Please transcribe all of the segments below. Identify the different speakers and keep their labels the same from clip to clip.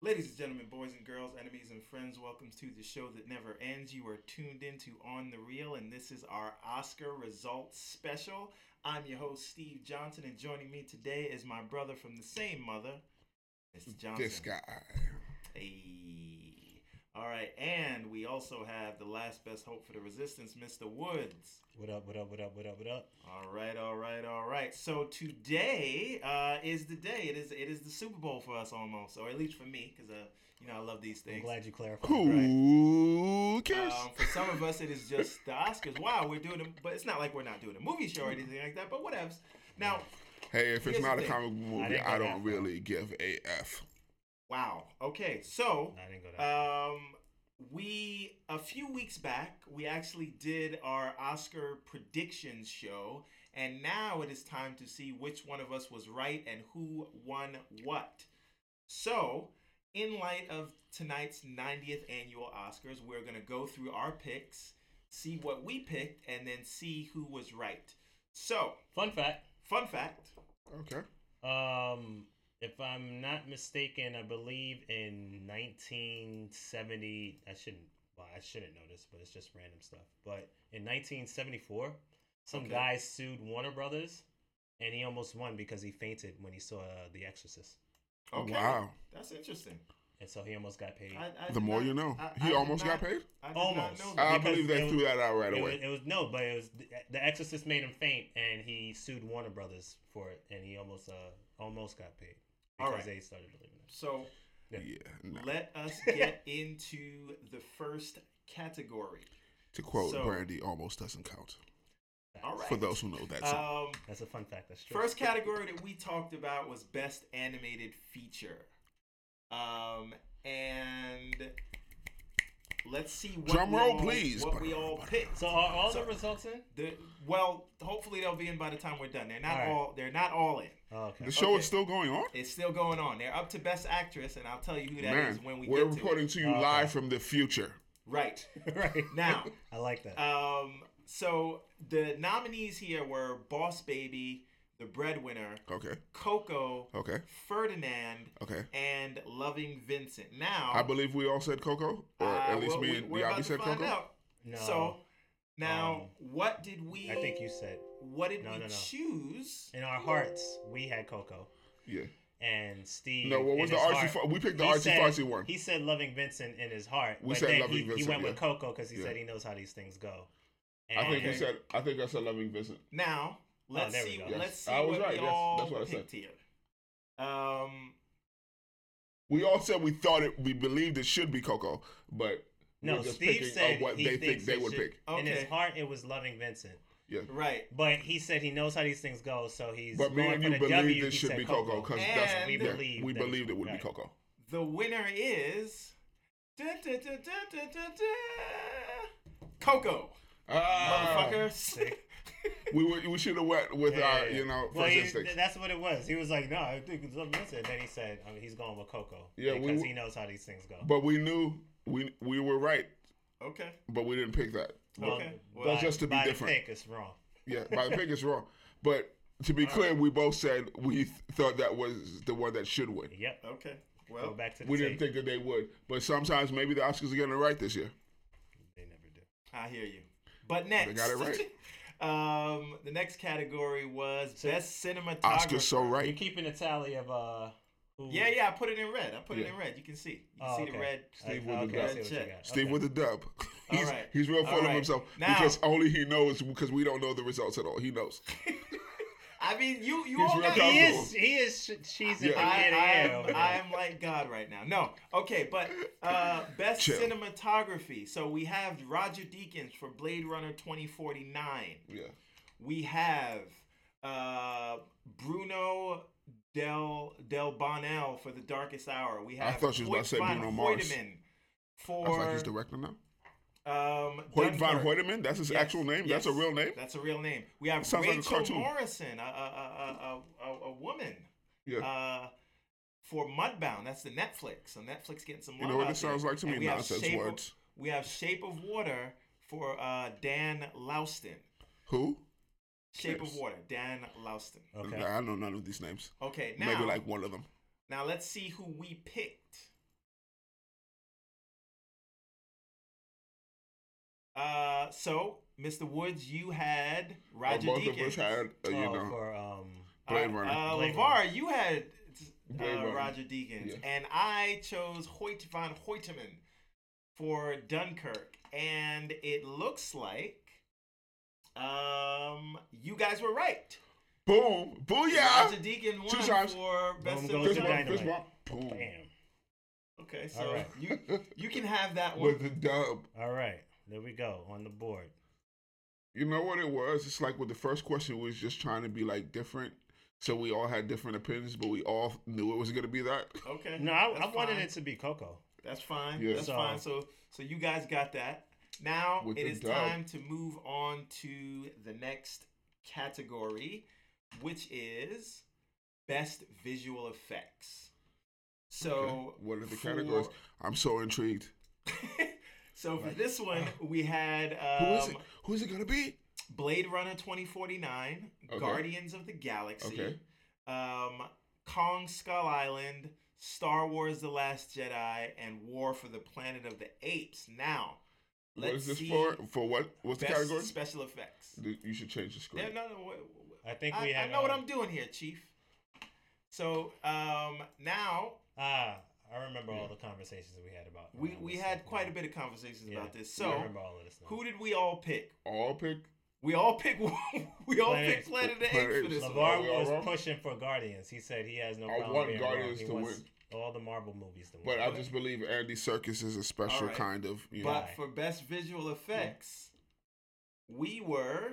Speaker 1: Ladies and gentlemen, boys and girls, enemies and friends, welcome to the show that never ends. You are tuned into On the Real, and this is our Oscar results special. I'm your host, Steve Johnson, and joining me today is my brother from the same mother, Mr. Johnson.
Speaker 2: This guy.
Speaker 1: Hey. All right, and we also have the last best hope for the resistance, Mr. Woods.
Speaker 3: What up, what up, what up, what up, what up?
Speaker 1: All right, all right, all right. So today uh, is the day. It is it is the Super Bowl for us almost, or at least for me, because uh, you know I love these
Speaker 3: I'm
Speaker 1: things.
Speaker 3: glad you clarified.
Speaker 2: Who cares?
Speaker 1: Um, for some of us, it is just the Oscars. Wow, we're doing them, but it's not like we're not doing a movie show or anything like that. But whatevs. Now,
Speaker 2: hey, if
Speaker 1: here's
Speaker 2: it's not
Speaker 1: the
Speaker 2: a
Speaker 1: thing.
Speaker 2: comic book
Speaker 3: I
Speaker 2: movie,
Speaker 3: didn't
Speaker 2: I,
Speaker 3: go
Speaker 2: don't
Speaker 3: that far.
Speaker 2: really give a f.
Speaker 1: wow. Okay, so
Speaker 3: I didn't go that
Speaker 1: Um, we a few weeks back we actually did our Oscar predictions show, and now it is time to see which one of us was right and who won what. So, in light of tonight's 90th annual Oscars, we're gonna go through our picks, see what we picked, and then see who was right. So,
Speaker 3: Fun fact
Speaker 1: fun fact.
Speaker 2: Okay.
Speaker 3: um, if I'm not mistaken, I believe in 1970, I shouldn't, well, I shouldn't know this, but it's just random stuff. But in 1974, some
Speaker 1: Okay.
Speaker 3: guy sued Warner Brothers and he almost won because he fainted when he saw uh, The Exorcist.
Speaker 1: Okay,
Speaker 2: Oh, Wow.
Speaker 1: that's interesting.
Speaker 3: And so he almost got paid.
Speaker 1: I, I
Speaker 2: The
Speaker 1: did
Speaker 2: more
Speaker 1: not-
Speaker 2: you know.
Speaker 1: I-
Speaker 2: He
Speaker 1: I did
Speaker 2: almost
Speaker 1: not-
Speaker 2: got Uh, paid?
Speaker 1: I did not
Speaker 3: Almost.
Speaker 1: know that.
Speaker 2: I
Speaker 3: Because
Speaker 2: believe
Speaker 3: it
Speaker 2: they
Speaker 3: was-
Speaker 2: threw that out right
Speaker 3: it, was,
Speaker 2: away.
Speaker 3: it was no, but it was the, the Exorcist made him faint, and he sued Warner Brothers for it, and he almost uh almost got paid
Speaker 1: All
Speaker 3: because
Speaker 1: right.
Speaker 3: they started believing it.
Speaker 1: So
Speaker 3: Yeah.
Speaker 2: yeah. no.
Speaker 1: let us get into the first category.
Speaker 2: To quote
Speaker 1: So-
Speaker 2: Brandy, almost doesn't count.
Speaker 1: All right.
Speaker 2: For those who know that song.
Speaker 1: Um,
Speaker 3: That's a fun fact. That's true.
Speaker 1: first category that we talked about was best animated feature. Um, and let's see what
Speaker 2: Drum
Speaker 1: we
Speaker 2: roll,
Speaker 1: all-
Speaker 2: please.
Speaker 1: What we all picked.
Speaker 3: So are all
Speaker 1: So-
Speaker 3: the results in?
Speaker 1: The, well, hopefully they'll be in by the time we're done. They're not
Speaker 3: All right.
Speaker 1: all. They're not all in.
Speaker 3: Oh, okay.
Speaker 2: the show
Speaker 1: Uh, okay.
Speaker 2: is still going on?
Speaker 1: It's still going on. They're up to best actress, and I'll tell you who that is
Speaker 2: Man,
Speaker 1: when we
Speaker 2: are
Speaker 1: get to it.
Speaker 2: reporting to you
Speaker 3: Okay.
Speaker 2: live from the future.
Speaker 1: Right
Speaker 3: right
Speaker 1: now.
Speaker 3: I like
Speaker 2: Uh,
Speaker 3: that.
Speaker 1: Um, so the nominees here were Boss Baby, The Breadwinner,
Speaker 2: Okay.
Speaker 1: Coco,
Speaker 2: Okay.
Speaker 1: Ferdinand,
Speaker 2: Okay.
Speaker 1: and Loving Vincent. Now,
Speaker 2: I believe we all said Coco,
Speaker 1: Um, uh,
Speaker 2: or at least
Speaker 1: well,
Speaker 2: me
Speaker 1: we-
Speaker 2: and
Speaker 1: we're about
Speaker 2: Yabi
Speaker 1: to
Speaker 2: said
Speaker 1: find
Speaker 2: Coco.
Speaker 1: out.
Speaker 3: no,
Speaker 1: So now,
Speaker 3: um,
Speaker 1: what did we?
Speaker 3: I think you said
Speaker 1: What did
Speaker 3: No,
Speaker 1: we
Speaker 3: no, no.
Speaker 1: choose?
Speaker 3: in our hearts we had Coco
Speaker 2: Yeah.
Speaker 3: and Steve.
Speaker 2: No, what
Speaker 3: in
Speaker 2: was the
Speaker 3: his
Speaker 2: artsy?
Speaker 3: heart-
Speaker 2: Far- we picked the
Speaker 3: he
Speaker 2: artsy
Speaker 3: said-
Speaker 2: fartsy one.
Speaker 3: He said loving Vincent in his heart.
Speaker 2: We
Speaker 3: but
Speaker 2: said
Speaker 3: then
Speaker 2: Loving
Speaker 3: he, he
Speaker 2: Vincent,
Speaker 3: went with
Speaker 2: yeah.
Speaker 3: Coco because he
Speaker 2: Yeah.
Speaker 3: said he knows how these things go.
Speaker 2: I think we
Speaker 1: Okay.
Speaker 2: said. I think I said Loving Vincent.
Speaker 1: Now, let's
Speaker 3: Oh, there we
Speaker 1: see.
Speaker 3: go.
Speaker 1: Let's
Speaker 2: Yes.
Speaker 1: see
Speaker 2: I was
Speaker 1: what
Speaker 2: right.
Speaker 1: we
Speaker 2: Yes,
Speaker 1: all
Speaker 2: that's what I said.
Speaker 1: picked here. Um,
Speaker 2: We all said we thought it. We believed it should be Coco, but
Speaker 3: No,
Speaker 2: we're just
Speaker 3: Steve
Speaker 2: picking
Speaker 3: said
Speaker 2: of what
Speaker 3: he
Speaker 2: they think
Speaker 3: thinks
Speaker 2: they
Speaker 3: it
Speaker 2: would
Speaker 3: should-
Speaker 2: pick.
Speaker 3: In his
Speaker 1: Okay.
Speaker 3: heart, it was loving Vincent,
Speaker 2: Yeah,
Speaker 1: right.
Speaker 3: but he said he knows how these things go, so he's.
Speaker 2: but me
Speaker 3: going
Speaker 2: and
Speaker 3: for
Speaker 2: you
Speaker 3: the
Speaker 2: believed
Speaker 3: W,
Speaker 2: it
Speaker 3: he
Speaker 2: should
Speaker 3: said
Speaker 2: be Coco because that's
Speaker 1: And
Speaker 3: we
Speaker 2: yeah,
Speaker 3: believed
Speaker 2: we
Speaker 3: that it
Speaker 2: believed it
Speaker 3: was
Speaker 2: would be
Speaker 3: right.
Speaker 2: Coco.
Speaker 1: The winner is. Dun, dun, dun, dun, dun, dun, dun. Coco.
Speaker 2: Ah,
Speaker 3: Oh,
Speaker 1: Motherfuckers.
Speaker 2: we were, we should have went with
Speaker 3: Yeah,
Speaker 2: our
Speaker 3: yeah, yeah.
Speaker 2: uh, you know
Speaker 3: Well,
Speaker 2: first
Speaker 3: he-
Speaker 2: instincts.
Speaker 3: that's what it was. He was like, "No, I think it's loving Vincent." Then he said, I mean, "He's going with Coco
Speaker 2: Yeah, we
Speaker 3: because
Speaker 2: were-
Speaker 3: he knows how these things go."
Speaker 2: but we knew we we were right,
Speaker 1: okay.
Speaker 2: but we didn't pick that. But,
Speaker 1: okay.
Speaker 3: Well,
Speaker 1: Well,
Speaker 3: Um, by-
Speaker 2: just to be
Speaker 3: by the
Speaker 2: different.
Speaker 3: pick, it's wrong.
Speaker 2: Yeah, by the pick is wrong. But to be clear, we both said we th- thought that was the one that should win.
Speaker 3: Yep.
Speaker 1: Okay.
Speaker 3: Go
Speaker 1: Well,
Speaker 3: back to the
Speaker 2: Uh, We didn't
Speaker 3: tape.
Speaker 2: think that they would, but sometimes maybe the Oscars are getting it right this year.
Speaker 3: they never do.
Speaker 1: I hear you. But next,
Speaker 2: got it
Speaker 1: um, the next category was best cinematography.
Speaker 2: Oscars so
Speaker 3: You're
Speaker 2: right.
Speaker 3: keeping a tally of uh. Who,
Speaker 1: Yeah, yeah. I put it in red. I put it
Speaker 2: Yeah.
Speaker 1: in red. You can see. You can
Speaker 3: Oh,
Speaker 1: see
Speaker 3: okay.
Speaker 1: the red.
Speaker 2: Steve
Speaker 3: I,
Speaker 2: with the
Speaker 3: okay, I see
Speaker 1: red
Speaker 3: what you
Speaker 1: check.
Speaker 3: got.
Speaker 2: Steve
Speaker 3: Okay.
Speaker 2: with a dub. He's,
Speaker 1: right.
Speaker 2: he's
Speaker 1: All
Speaker 2: real full
Speaker 1: right.
Speaker 2: of himself
Speaker 1: Now-
Speaker 2: because only he knows because we don't know the results at all. He knows.
Speaker 1: I mean, you you
Speaker 2: He's
Speaker 1: all
Speaker 2: real
Speaker 1: got
Speaker 2: comfortable.
Speaker 3: He is. He is. sh- She's in
Speaker 2: Yeah.
Speaker 3: the
Speaker 1: I,
Speaker 3: air.
Speaker 1: I,
Speaker 3: over
Speaker 1: am,
Speaker 3: there.
Speaker 1: I am like God right now. No, okay, but uh, best
Speaker 2: Chill.
Speaker 1: cinematography. So we have Roger Deakins for Blade Runner 2049.
Speaker 2: Yeah.
Speaker 1: We have uh, Bruno Del Del Bonnell for The Darkest Hour. We have
Speaker 2: I thought she was about to say
Speaker 1: Van
Speaker 2: Bruno Mars.
Speaker 1: Hoytman
Speaker 2: I was like,
Speaker 1: for
Speaker 2: he's director now?
Speaker 1: um,
Speaker 2: Hoyt Von
Speaker 1: Dunkirk.
Speaker 2: Hoyteman? That's his
Speaker 1: Yes,
Speaker 2: actual name?
Speaker 1: yes,
Speaker 2: That's a real name?
Speaker 1: That's a real name. We have
Speaker 2: Sounds like a
Speaker 1: Rachel
Speaker 2: cartoon.
Speaker 1: Morrison, a, a, a, a, a, a woman
Speaker 2: Yeah.
Speaker 1: uh, for Mudbound. That's the Netflix. So Netflix getting some.
Speaker 2: You
Speaker 1: love
Speaker 2: know what
Speaker 1: out
Speaker 2: this sounds
Speaker 1: there.
Speaker 2: like to
Speaker 1: And
Speaker 2: me?
Speaker 1: we have
Speaker 2: Nonsense
Speaker 1: Shape of-
Speaker 2: words.
Speaker 1: we have Shape of Water for uh, Dan Louston.
Speaker 2: Who?
Speaker 1: Shape of
Speaker 2: Yes.
Speaker 1: Water, Dan Louston.
Speaker 3: Okay.
Speaker 2: I know none of these names.
Speaker 1: Okay, now
Speaker 2: Maybe like one of them.
Speaker 1: now let's see who we picked. Uh, so, Mr. Woods, you had
Speaker 2: Well,
Speaker 1: Roger
Speaker 2: both of
Speaker 1: Deakins.
Speaker 2: us Oh, had, uh, you
Speaker 3: oh,
Speaker 2: know,
Speaker 3: for um,
Speaker 2: Blade
Speaker 1: uh,
Speaker 2: Runner.
Speaker 1: Uh,
Speaker 3: Blade
Speaker 1: LeVar, you had uh,
Speaker 2: Blade Runner.
Speaker 1: Roger Deakins,
Speaker 2: Yeah.
Speaker 1: and I chose Hoyt von Hoytman for Dunkirk, and it looks like um you guys were right.
Speaker 2: boom, booyah!
Speaker 1: Roger Deakins won
Speaker 2: Two times.
Speaker 1: for best
Speaker 3: Boom
Speaker 1: cinematography.
Speaker 3: goes
Speaker 2: Fist bump,
Speaker 3: to Dynamite.
Speaker 2: fist bump, boom.
Speaker 3: bam.
Speaker 1: Okay,
Speaker 3: All
Speaker 1: so
Speaker 3: right.
Speaker 1: you you can have that one.
Speaker 2: With the dub.
Speaker 3: All right, there we go on the board.
Speaker 2: You know what it was? It's like with the first question, we was just trying to be like different. So we all had different opinions, but we all knew it was gonna be that.
Speaker 1: Okay.
Speaker 3: No, I,
Speaker 1: that's
Speaker 3: I wanted
Speaker 1: fine.
Speaker 3: it to be Coco.
Speaker 1: That's fine.
Speaker 2: Yeah.
Speaker 1: That's
Speaker 3: So-
Speaker 1: fine. So so you guys got that. Now
Speaker 2: With
Speaker 1: it
Speaker 2: the
Speaker 1: is
Speaker 2: dub.
Speaker 1: time to move on to the next category, which is best visual effects. So
Speaker 2: Okay. What are the categories?
Speaker 1: for-
Speaker 2: I'm so intrigued.
Speaker 1: So for
Speaker 2: Like,
Speaker 1: this one, we had
Speaker 2: Who
Speaker 1: um,
Speaker 2: is it? Who is it gonna be?
Speaker 1: Blade Runner 2049,
Speaker 2: Okay.
Speaker 1: Guardians of the Galaxy,
Speaker 2: Okay.
Speaker 1: um, Kong Skull Island, Star Wars The Last Jedi, and War for the Planet of the Apes. Now,
Speaker 2: What
Speaker 1: let's
Speaker 2: is this
Speaker 1: see
Speaker 2: for? For what? What's the
Speaker 1: best
Speaker 2: category?
Speaker 1: special effects.
Speaker 2: Th- You should change the script.
Speaker 1: Yeah, no, no, wait, wait,
Speaker 3: I think we
Speaker 1: I,
Speaker 3: had.
Speaker 1: I know what
Speaker 3: um,
Speaker 1: I'm doing here, Chief. So um, now
Speaker 3: Ah, I remember all
Speaker 2: Yeah.
Speaker 3: the conversations that we had about.
Speaker 2: Oh,
Speaker 3: um,
Speaker 1: we, we had quite a bit of conversations about this.
Speaker 3: I
Speaker 1: So
Speaker 3: remember all of this. Now.
Speaker 1: who did we all pick?
Speaker 2: All pick.
Speaker 1: We all pick. we all
Speaker 3: Planet
Speaker 1: pick
Speaker 3: Apes.
Speaker 1: Planet of the
Speaker 2: Planet
Speaker 1: Apes for
Speaker 2: Apes.
Speaker 1: this one.
Speaker 3: Lavar
Speaker 2: we all
Speaker 3: was
Speaker 2: wrong?
Speaker 3: pushing for Guardians. He said he has no
Speaker 2: I
Speaker 3: problem.
Speaker 2: want
Speaker 3: being wrong.
Speaker 2: Guardians
Speaker 3: He
Speaker 2: to
Speaker 3: wants
Speaker 2: win.
Speaker 3: All the Marvel movies to win.
Speaker 2: But I just believe Andy Circus is a special
Speaker 1: Alright.
Speaker 2: kind of. You know,
Speaker 1: But
Speaker 3: Why?
Speaker 1: for best visual effects, we were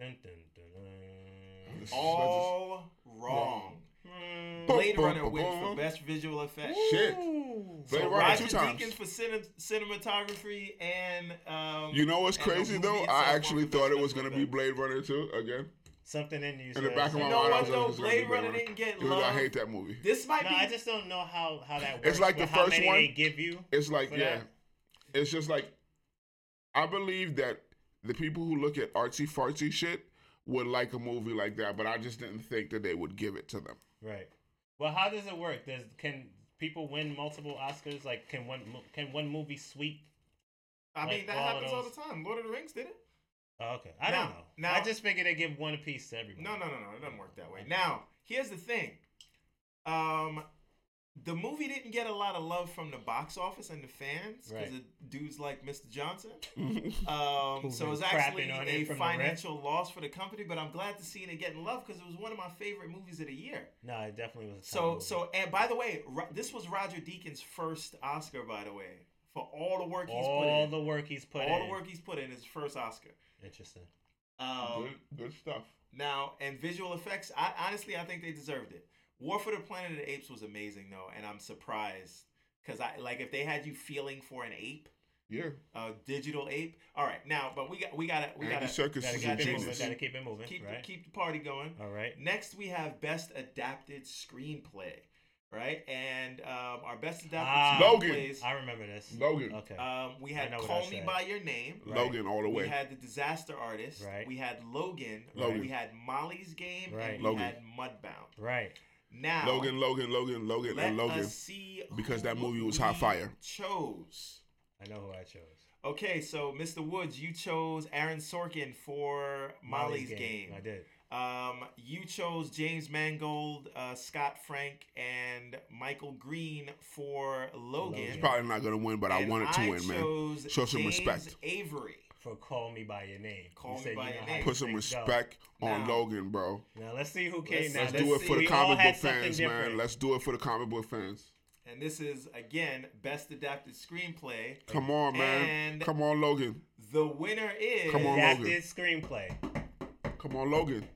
Speaker 3: Dun, dun, dun,
Speaker 2: This is-
Speaker 3: dun.
Speaker 1: all wrong.
Speaker 3: Mm.
Speaker 2: Boom,
Speaker 1: Blade
Speaker 2: boom,
Speaker 1: Runner
Speaker 2: boom,
Speaker 1: wins for
Speaker 2: boom.
Speaker 1: best visual effects.
Speaker 2: Shit.
Speaker 3: Ooh.
Speaker 2: Blade
Speaker 1: So
Speaker 2: Runner
Speaker 1: Roger
Speaker 2: two times.
Speaker 1: Deakins for cine- cinematography and um,
Speaker 2: you know what's
Speaker 1: and the
Speaker 2: crazy
Speaker 1: movie
Speaker 2: though?
Speaker 1: itself
Speaker 2: I actually
Speaker 1: won for
Speaker 2: thought
Speaker 1: best
Speaker 2: it was
Speaker 1: visual
Speaker 2: gonna be
Speaker 1: effects.
Speaker 2: Blade Runner too. Again,
Speaker 3: Something in you.
Speaker 2: In the
Speaker 3: said
Speaker 2: back of my
Speaker 3: something-
Speaker 2: Runner.
Speaker 1: You know
Speaker 2: I
Speaker 1: what
Speaker 2: was
Speaker 1: though?
Speaker 2: gonna say
Speaker 1: Blade
Speaker 2: Blade
Speaker 1: Runner
Speaker 2: Runner.
Speaker 1: didn't get
Speaker 2: because
Speaker 1: love.
Speaker 2: I hate that movie.
Speaker 1: This might
Speaker 3: No,
Speaker 1: be
Speaker 3: I just don't know how how that works.
Speaker 2: It's like
Speaker 3: with
Speaker 2: the
Speaker 3: how
Speaker 2: first
Speaker 3: many
Speaker 2: one.
Speaker 3: they give you.
Speaker 2: It's like
Speaker 3: for
Speaker 2: yeah,
Speaker 3: that.
Speaker 2: it's just like I believe that the people who look at artsy fartsy shit would like a movie like that, but I just didn't think that they would give it to them.
Speaker 3: Right. Well, how does it work? Does can people win multiple Oscars? Like, can one mo- can one movie sweep?
Speaker 1: I mean
Speaker 3: like
Speaker 1: that
Speaker 3: all of
Speaker 1: happens all the
Speaker 3: those.
Speaker 1: time. Lord of the Rings did it.
Speaker 3: Oh, okay, I
Speaker 1: Now-
Speaker 3: don't know.
Speaker 1: now-
Speaker 3: I just figured they give one piece to everyone.
Speaker 1: No, no, no, no. It doesn't work that way. Now, here's the thing. Um, the movie didn't get a lot of love from the box office and the fans because
Speaker 3: Right.
Speaker 1: of dudes like Mr. Johnson. Um,
Speaker 3: Who've
Speaker 1: so
Speaker 3: been
Speaker 1: it was actually
Speaker 3: crapping on it
Speaker 1: a
Speaker 3: from the rip.
Speaker 1: financial loss for the company, but I'm glad to see it getting love because it was one of my favorite movies of the year.
Speaker 3: No, it definitely was. A top
Speaker 1: So,
Speaker 3: movie.
Speaker 1: so and by the way, Ro- this was Roger Deakins' first Oscar, by the way, for all the work he's put
Speaker 3: all
Speaker 1: in.
Speaker 3: the work he's put
Speaker 1: all
Speaker 3: in.
Speaker 1: the work he's put in is first Oscar.
Speaker 3: Interesting.
Speaker 1: Um,
Speaker 2: good, good stuff.
Speaker 1: Now, and visual effects, I honestly I think they deserved it. War for the Planet of the Apes was amazing though, and I'm surprised because I like if they had you feeling for an ape,
Speaker 2: Yeah,
Speaker 1: a digital ape. All right, now, but we got we gotta we
Speaker 2: Andy
Speaker 1: gotta
Speaker 2: Circus
Speaker 3: Gotta
Speaker 2: is
Speaker 1: gotta
Speaker 2: a
Speaker 3: keep it moving.
Speaker 2: genius.
Speaker 3: Gotta keep it moving.
Speaker 1: keep the,
Speaker 3: right.
Speaker 1: keep the party going.
Speaker 3: All right.
Speaker 1: Next, we have best adapted screenplay, right? And um, our best adapted
Speaker 3: Ah,
Speaker 2: Logan.
Speaker 1: screenplays,
Speaker 3: I remember this.
Speaker 2: Logan,
Speaker 3: Okay.
Speaker 1: um, we had
Speaker 3: I know what
Speaker 1: Call
Speaker 3: I
Speaker 1: Me
Speaker 3: said.
Speaker 1: by Your Name.
Speaker 3: Right.
Speaker 2: Logan all the
Speaker 1: We
Speaker 2: way.
Speaker 1: had the disaster artist.
Speaker 3: Right.
Speaker 1: We had Logan.
Speaker 2: Logan.
Speaker 1: We had Molly's game.
Speaker 3: Right.
Speaker 1: And we
Speaker 2: Logan.
Speaker 1: had Mudbound.
Speaker 3: Right.
Speaker 1: Now,
Speaker 2: Logan, Logan, Logan, Logan,
Speaker 1: let
Speaker 2: and Logan.
Speaker 1: us see
Speaker 2: because that
Speaker 1: who
Speaker 2: movie was
Speaker 1: we
Speaker 2: hot fire.
Speaker 1: Chose.
Speaker 3: I know who I chose.
Speaker 1: Okay, so Mr. Woods, you chose Aaron Sorkin for Molly's, game.
Speaker 3: I did.
Speaker 1: Um, you chose James Mangold, uh, Scott Frank, and Michael Green for Logan.
Speaker 3: Logan.
Speaker 2: Probably not gonna win, but I
Speaker 1: And
Speaker 2: wanted to
Speaker 1: I
Speaker 2: win, man.
Speaker 1: chose
Speaker 2: Show some
Speaker 1: James
Speaker 2: respect.
Speaker 1: Avery.
Speaker 3: For Call Me By Your Name.
Speaker 1: Call
Speaker 3: You
Speaker 1: Me
Speaker 3: said
Speaker 1: By
Speaker 3: you
Speaker 1: Your
Speaker 3: know how
Speaker 1: Name.
Speaker 2: Put some
Speaker 3: things go.
Speaker 2: respect on
Speaker 1: Now-
Speaker 2: Logan, bro.
Speaker 3: Now let's see who came.
Speaker 1: Let's-
Speaker 3: now
Speaker 2: Let's
Speaker 1: let's
Speaker 2: do it
Speaker 1: see.
Speaker 2: for the
Speaker 3: we all
Speaker 2: comic
Speaker 3: had
Speaker 2: book
Speaker 3: something
Speaker 2: fans,
Speaker 3: different.
Speaker 2: man. Let's do it for the comic book fans.
Speaker 1: And this is, again, Best Adapted Screenplay.
Speaker 2: Come on, man.
Speaker 1: And-
Speaker 2: Come on, Logan.
Speaker 1: The winner is.
Speaker 2: Come on,
Speaker 3: Adapted
Speaker 2: Logan.
Speaker 3: screenplay.
Speaker 2: Come on, Logan.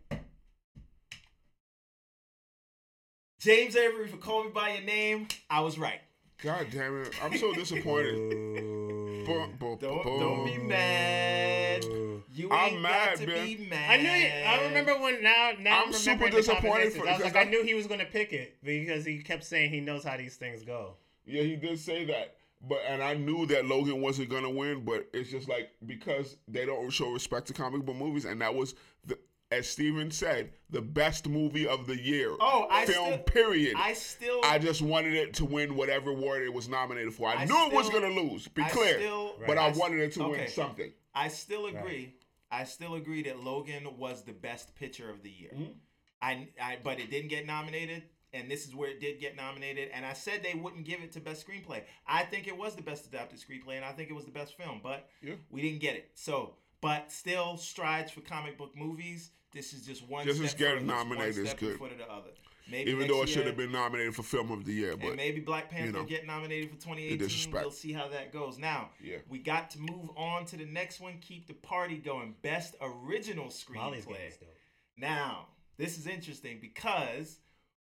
Speaker 1: James Avery for Call Me By Your Name. I was right.
Speaker 2: God damn it. I'm so disappointed. Bum, bum,
Speaker 1: Don't,
Speaker 2: bum,
Speaker 1: don't be
Speaker 2: bum.
Speaker 1: mad.
Speaker 3: Ooh.
Speaker 1: You ain't got
Speaker 2: I'm mad,
Speaker 1: to
Speaker 2: man.
Speaker 1: be mad.
Speaker 3: I knew it. I remember when now. Now
Speaker 2: I'm
Speaker 3: I'm,
Speaker 2: super
Speaker 3: remembering
Speaker 2: disappointed
Speaker 3: disappointed.
Speaker 2: for-
Speaker 3: I was
Speaker 2: because
Speaker 3: like, I
Speaker 2: I-
Speaker 3: knew he was gonna pick it because he kept saying he knows how these things go.
Speaker 2: Yeah, he did say that. But and I knew that Logan wasn't gonna win, but it's just like because they don't show respect to comic book movies, and that was the as Steven said, the best movie of the year.
Speaker 1: Oh, I
Speaker 2: film
Speaker 1: still-
Speaker 2: period.
Speaker 1: I still,
Speaker 2: I just wanted it to win whatever award it was nominated for. I,
Speaker 1: I
Speaker 2: knew it was
Speaker 1: still-
Speaker 2: going to lose, be
Speaker 1: I
Speaker 2: clear.
Speaker 1: still-
Speaker 2: but I
Speaker 1: s-
Speaker 2: wanted it to win
Speaker 1: okay.
Speaker 2: something.
Speaker 1: I still agree.
Speaker 3: Right.
Speaker 1: I still agree that Logan was the best picture of the year.
Speaker 2: Mhm.
Speaker 1: I, I, but it didn't get nominated, and this is where it did get nominated. And I said they wouldn't give it to best screenplay. I think it was the best adapted screenplay, and I think it was the best film. But
Speaker 2: Yeah.
Speaker 1: we didn't get it. So, but still, strides for comic book movies. This is just one.
Speaker 2: Just
Speaker 1: step
Speaker 2: as getting
Speaker 1: further, one
Speaker 2: nominated is
Speaker 1: step
Speaker 2: good.
Speaker 1: Foot of the other. Maybe
Speaker 2: Even
Speaker 1: next
Speaker 2: though it should
Speaker 1: year-
Speaker 2: have been nominated for Film of the Year, but
Speaker 1: and maybe Black Panther
Speaker 2: know,
Speaker 1: get nominated for 2018.
Speaker 2: disrespect.
Speaker 1: We'll see how that goes. Now,
Speaker 2: Yeah.
Speaker 1: we got to move on to the next one. Keep the party going. Best original
Speaker 3: Molly's game
Speaker 1: screenplay.
Speaker 3: is dope.
Speaker 1: Now, this is interesting because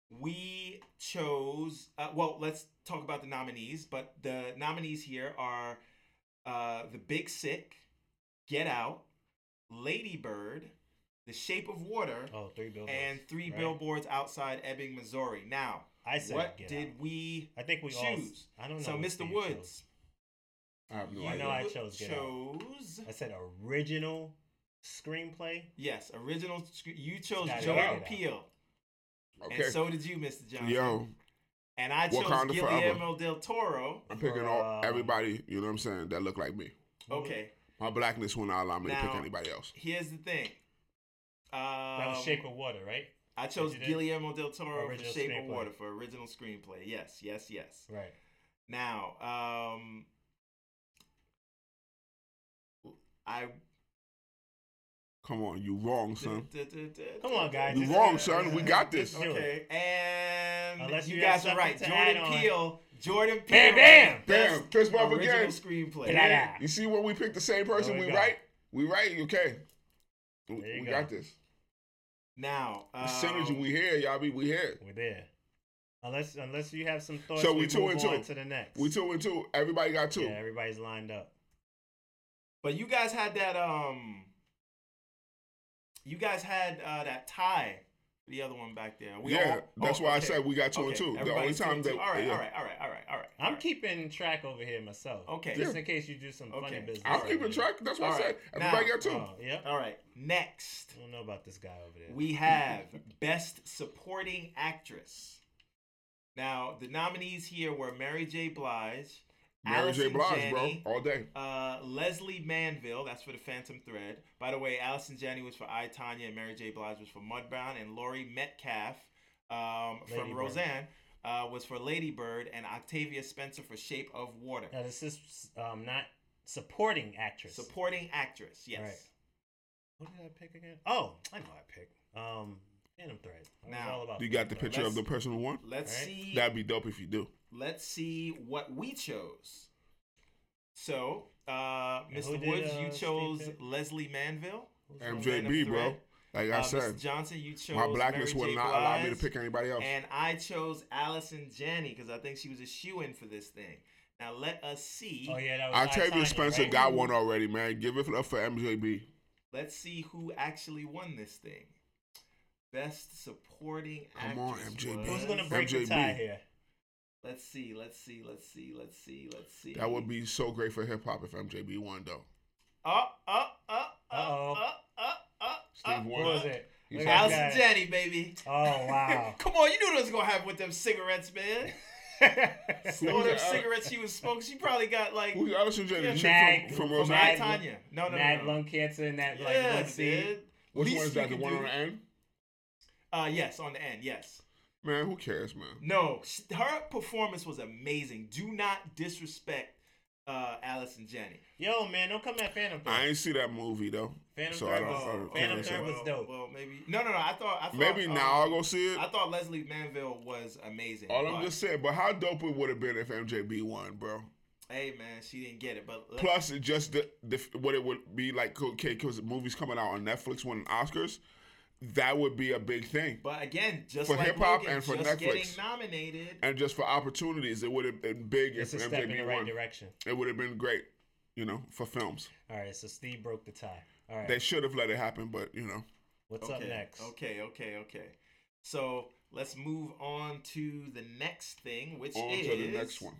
Speaker 1: we chose. Uh, well, let's talk about the nominees. But the nominees here are uh, The Big Sick, Get Out, Lady Bird, The Shape of Water,
Speaker 3: Oh, three billboards.
Speaker 1: and Three
Speaker 3: right?
Speaker 1: Billboards Outside Ebbing, Missouri. Now,
Speaker 3: I said
Speaker 1: what
Speaker 3: Get
Speaker 1: did
Speaker 3: Out.
Speaker 1: we
Speaker 3: I think we all.
Speaker 1: choose?
Speaker 3: I don't know.
Speaker 1: So,
Speaker 3: what
Speaker 1: Mr.
Speaker 3: Steve
Speaker 1: Woods,
Speaker 2: I have no
Speaker 3: You
Speaker 2: idea.
Speaker 3: know I chose Get
Speaker 1: chose.
Speaker 3: chose. I said original screenplay.
Speaker 1: Yes, original. sc- You chose
Speaker 3: Gotta
Speaker 2: get
Speaker 1: Jordan
Speaker 3: out.
Speaker 1: Peele,
Speaker 2: okay.
Speaker 1: and so did you, Mr. Johnson.
Speaker 2: Yo,
Speaker 1: and I chose
Speaker 2: Wakanda
Speaker 1: Guillermo del Toro.
Speaker 2: I'm picking all
Speaker 1: Uh,
Speaker 3: Um,
Speaker 2: everybody, you know what I'm saying, that look like me.
Speaker 1: Okay,
Speaker 2: My blackness will not allow me to pick
Speaker 1: Now-
Speaker 2: anybody else.
Speaker 1: here's the thing. Um,
Speaker 3: That was Shape of Water, right?
Speaker 1: I chose
Speaker 3: Did you do-
Speaker 1: Guillermo del Toro for
Speaker 3: Original
Speaker 1: Shape of
Speaker 3: screenplay.
Speaker 1: Water for original screenplay. Yes, yes, yes.
Speaker 3: Right.
Speaker 1: Now, um, I
Speaker 2: Come on, you wrong, son.
Speaker 3: Come on, guys.
Speaker 2: You
Speaker 3: Just-
Speaker 2: wrong, son. We got this.
Speaker 3: Do it.
Speaker 1: Okay, and
Speaker 3: Unless
Speaker 1: you,
Speaker 3: you have
Speaker 1: guys are right.
Speaker 3: something to add
Speaker 1: Jordan
Speaker 3: on.
Speaker 1: Peele, Jordan Peele,
Speaker 3: Bam, bam.
Speaker 1: best
Speaker 2: Bam, fist bump
Speaker 1: original
Speaker 2: again.
Speaker 1: screenplay.
Speaker 3: Blah, blah.
Speaker 2: You see when we pick the same person,
Speaker 3: we
Speaker 2: we
Speaker 3: go.
Speaker 2: right? We right? Okay. We
Speaker 3: There you
Speaker 2: we
Speaker 3: go.
Speaker 2: got this.
Speaker 1: Now,
Speaker 2: The
Speaker 1: um,
Speaker 2: synergy, we here, y'all be, we here.
Speaker 3: We're there. Unless unless you have some thoughts,
Speaker 2: So
Speaker 3: so
Speaker 2: we
Speaker 3: we,
Speaker 2: two
Speaker 3: move
Speaker 2: and two.
Speaker 3: on to the next.
Speaker 2: We two and two. Everybody got two.
Speaker 3: Yeah, everybody's lined up.
Speaker 1: but you guys had that um, you guys had uh, that tie, for the other one back there. We
Speaker 2: yeah,
Speaker 1: all-
Speaker 2: that's
Speaker 1: oh,
Speaker 2: why I
Speaker 1: okay.
Speaker 2: said we got two and
Speaker 1: Okay,
Speaker 2: two. The only
Speaker 1: everybody's two
Speaker 2: time
Speaker 1: and
Speaker 2: that
Speaker 1: two. all right,
Speaker 2: yeah.
Speaker 1: all right, all right, all right, all right.
Speaker 3: I'm
Speaker 1: all right.
Speaker 3: keeping track over here myself.
Speaker 1: Okay.
Speaker 3: Just in case you do some funny
Speaker 1: Okay.
Speaker 3: business.
Speaker 2: I'm
Speaker 1: All right.
Speaker 2: keeping track. That's why I
Speaker 1: All
Speaker 2: said
Speaker 1: right.
Speaker 2: everybody
Speaker 1: Now- uh,
Speaker 2: got two.
Speaker 3: Oh, yep.
Speaker 1: All right, next
Speaker 3: I don't know about this guy over there.
Speaker 1: we have Best Supporting Actress. Now the nominees here were Mary J. Blige,
Speaker 2: Mary J.
Speaker 1: Allison
Speaker 2: Blige, bro,
Speaker 1: Janney,
Speaker 2: all day.
Speaker 1: Uh, Leslie Manville, that's for the Phantom Thread. By the way, Allison Janney was for I Tanya, and Mary J. Blige was for Mudbound, and Laurie Metcalf um,
Speaker 3: Lady
Speaker 1: from
Speaker 3: Bird.
Speaker 1: Roseanne uh, was for Lady Bird, and Octavia Spencer for Shape of Water.
Speaker 3: Now this is um not supporting actress.
Speaker 1: Supporting actress, yes.
Speaker 3: Right. What did I pick again? Oh, I know what I picked. Um, Phantom Thread. I was
Speaker 1: Now,
Speaker 3: all about
Speaker 2: You got the
Speaker 3: Phantom Thread.
Speaker 2: picture of the person who won?
Speaker 1: Let's
Speaker 3: All right.
Speaker 1: see.
Speaker 2: That'd be dope if you do.
Speaker 1: let's see what we chose. So, uh,
Speaker 3: And who
Speaker 1: Mr.
Speaker 3: did,
Speaker 1: Woods,
Speaker 3: uh,
Speaker 1: you chose
Speaker 3: Steve pick?
Speaker 1: Leslie Manville.
Speaker 3: Who's
Speaker 1: And-
Speaker 3: on-
Speaker 2: MJB, bro.
Speaker 1: Thread.
Speaker 2: Like
Speaker 1: Uh,
Speaker 2: I
Speaker 1: Mr.
Speaker 2: said,
Speaker 1: Johnson, you chose
Speaker 2: my blackness
Speaker 1: Mary
Speaker 2: will
Speaker 1: J.
Speaker 2: not allow me to
Speaker 1: Blige.
Speaker 2: pick anybody else.
Speaker 1: And I chose Allison Janney because I think she was a shoe in for this thing. Now let us see.
Speaker 3: Oh yeah, that was
Speaker 2: Octavia
Speaker 3: Titania,
Speaker 2: Spencer
Speaker 3: right?
Speaker 2: got one already, man. Give it up for MJB.
Speaker 1: Let's see who actually won this thing. Best supporting
Speaker 2: Come on,
Speaker 1: actress
Speaker 2: MJB.
Speaker 1: was-
Speaker 3: Who's gonna break the
Speaker 2: MJB.
Speaker 3: tie here?
Speaker 1: Let's see. Let's see. Let's see. Let's see. Let's see.
Speaker 2: That would be so great for hip hop if MJB won, though.
Speaker 1: Up, up, up,
Speaker 3: Uh-oh.
Speaker 1: up, up, up,
Speaker 2: Steve
Speaker 3: What
Speaker 2: Warren.
Speaker 3: was it?
Speaker 2: You
Speaker 3: Look
Speaker 2: said-
Speaker 1: uh,
Speaker 3: at
Speaker 1: Allison
Speaker 3: that.
Speaker 1: Janney, baby.
Speaker 3: Oh wow.
Speaker 1: Come on, you knew what was gonna happen with them cigarettes, man. All
Speaker 2: Who's
Speaker 1: them
Speaker 2: the-
Speaker 1: cigarettes she was smoking. She probably got like
Speaker 2: Who's Allison Janney?
Speaker 1: Yeah,
Speaker 2: The chick
Speaker 3: Mag-
Speaker 2: from, from
Speaker 3: from
Speaker 1: from
Speaker 2: Roseanne?
Speaker 1: I
Speaker 3: Mad-
Speaker 1: Tanya. No, no,
Speaker 3: Mad
Speaker 1: no. no.
Speaker 3: lung cancer and that like one
Speaker 1: Yes,
Speaker 3: seed.
Speaker 1: dude.
Speaker 2: Which
Speaker 1: Least
Speaker 2: one is
Speaker 1: you
Speaker 2: that? The
Speaker 1: can
Speaker 2: one
Speaker 1: do-
Speaker 2: on the end?
Speaker 1: Uh, yes, on the end, yes.
Speaker 2: Man, who cares, man?
Speaker 1: No, sh- her performance was amazing. Do not disrespect uh, Allison Janney.
Speaker 3: Yo man, don't come at Phantom
Speaker 2: I
Speaker 3: Thread.
Speaker 2: ain't see that movie though.
Speaker 3: Phantom
Speaker 2: so I
Speaker 3: Thread
Speaker 1: Um,
Speaker 2: don't.
Speaker 3: was-
Speaker 2: I don't
Speaker 3: Phantom
Speaker 2: can't
Speaker 3: Thread
Speaker 2: say.
Speaker 3: was
Speaker 1: well,
Speaker 3: dope.
Speaker 1: Well, maybe no, no, no. I thought, I thought
Speaker 2: Maybe
Speaker 1: um,
Speaker 2: now I'll go see it.
Speaker 1: I thought Leslie Manville was amazing.
Speaker 2: All
Speaker 1: but,
Speaker 2: I'm just saying, but how dope it would have been if MJB won, bro.
Speaker 1: hey man, she didn't get it. But let-
Speaker 2: Plus, it just the, the what it would be like. Okay, because movies coming out on Netflix winning Oscars, that would be a big thing.
Speaker 1: but again, just
Speaker 2: For
Speaker 1: like
Speaker 2: hip-hop
Speaker 1: Logan,
Speaker 2: and for
Speaker 1: just getting
Speaker 2: Netflix.
Speaker 1: nominated.
Speaker 2: And just for opportunities, it would have been big
Speaker 3: It's a
Speaker 2: if
Speaker 3: step in the
Speaker 2: MJB
Speaker 3: right
Speaker 2: won.
Speaker 3: direction.
Speaker 2: It would have been great, you know, for films.
Speaker 3: All right, so Steve broke the tie. All
Speaker 2: They
Speaker 3: right,
Speaker 2: should have let it happen, but you know,
Speaker 3: what's
Speaker 1: okay,
Speaker 3: up next?
Speaker 1: Okay, okay, okay. So let's move on to the next thing, which
Speaker 2: on
Speaker 1: is
Speaker 2: to the next one.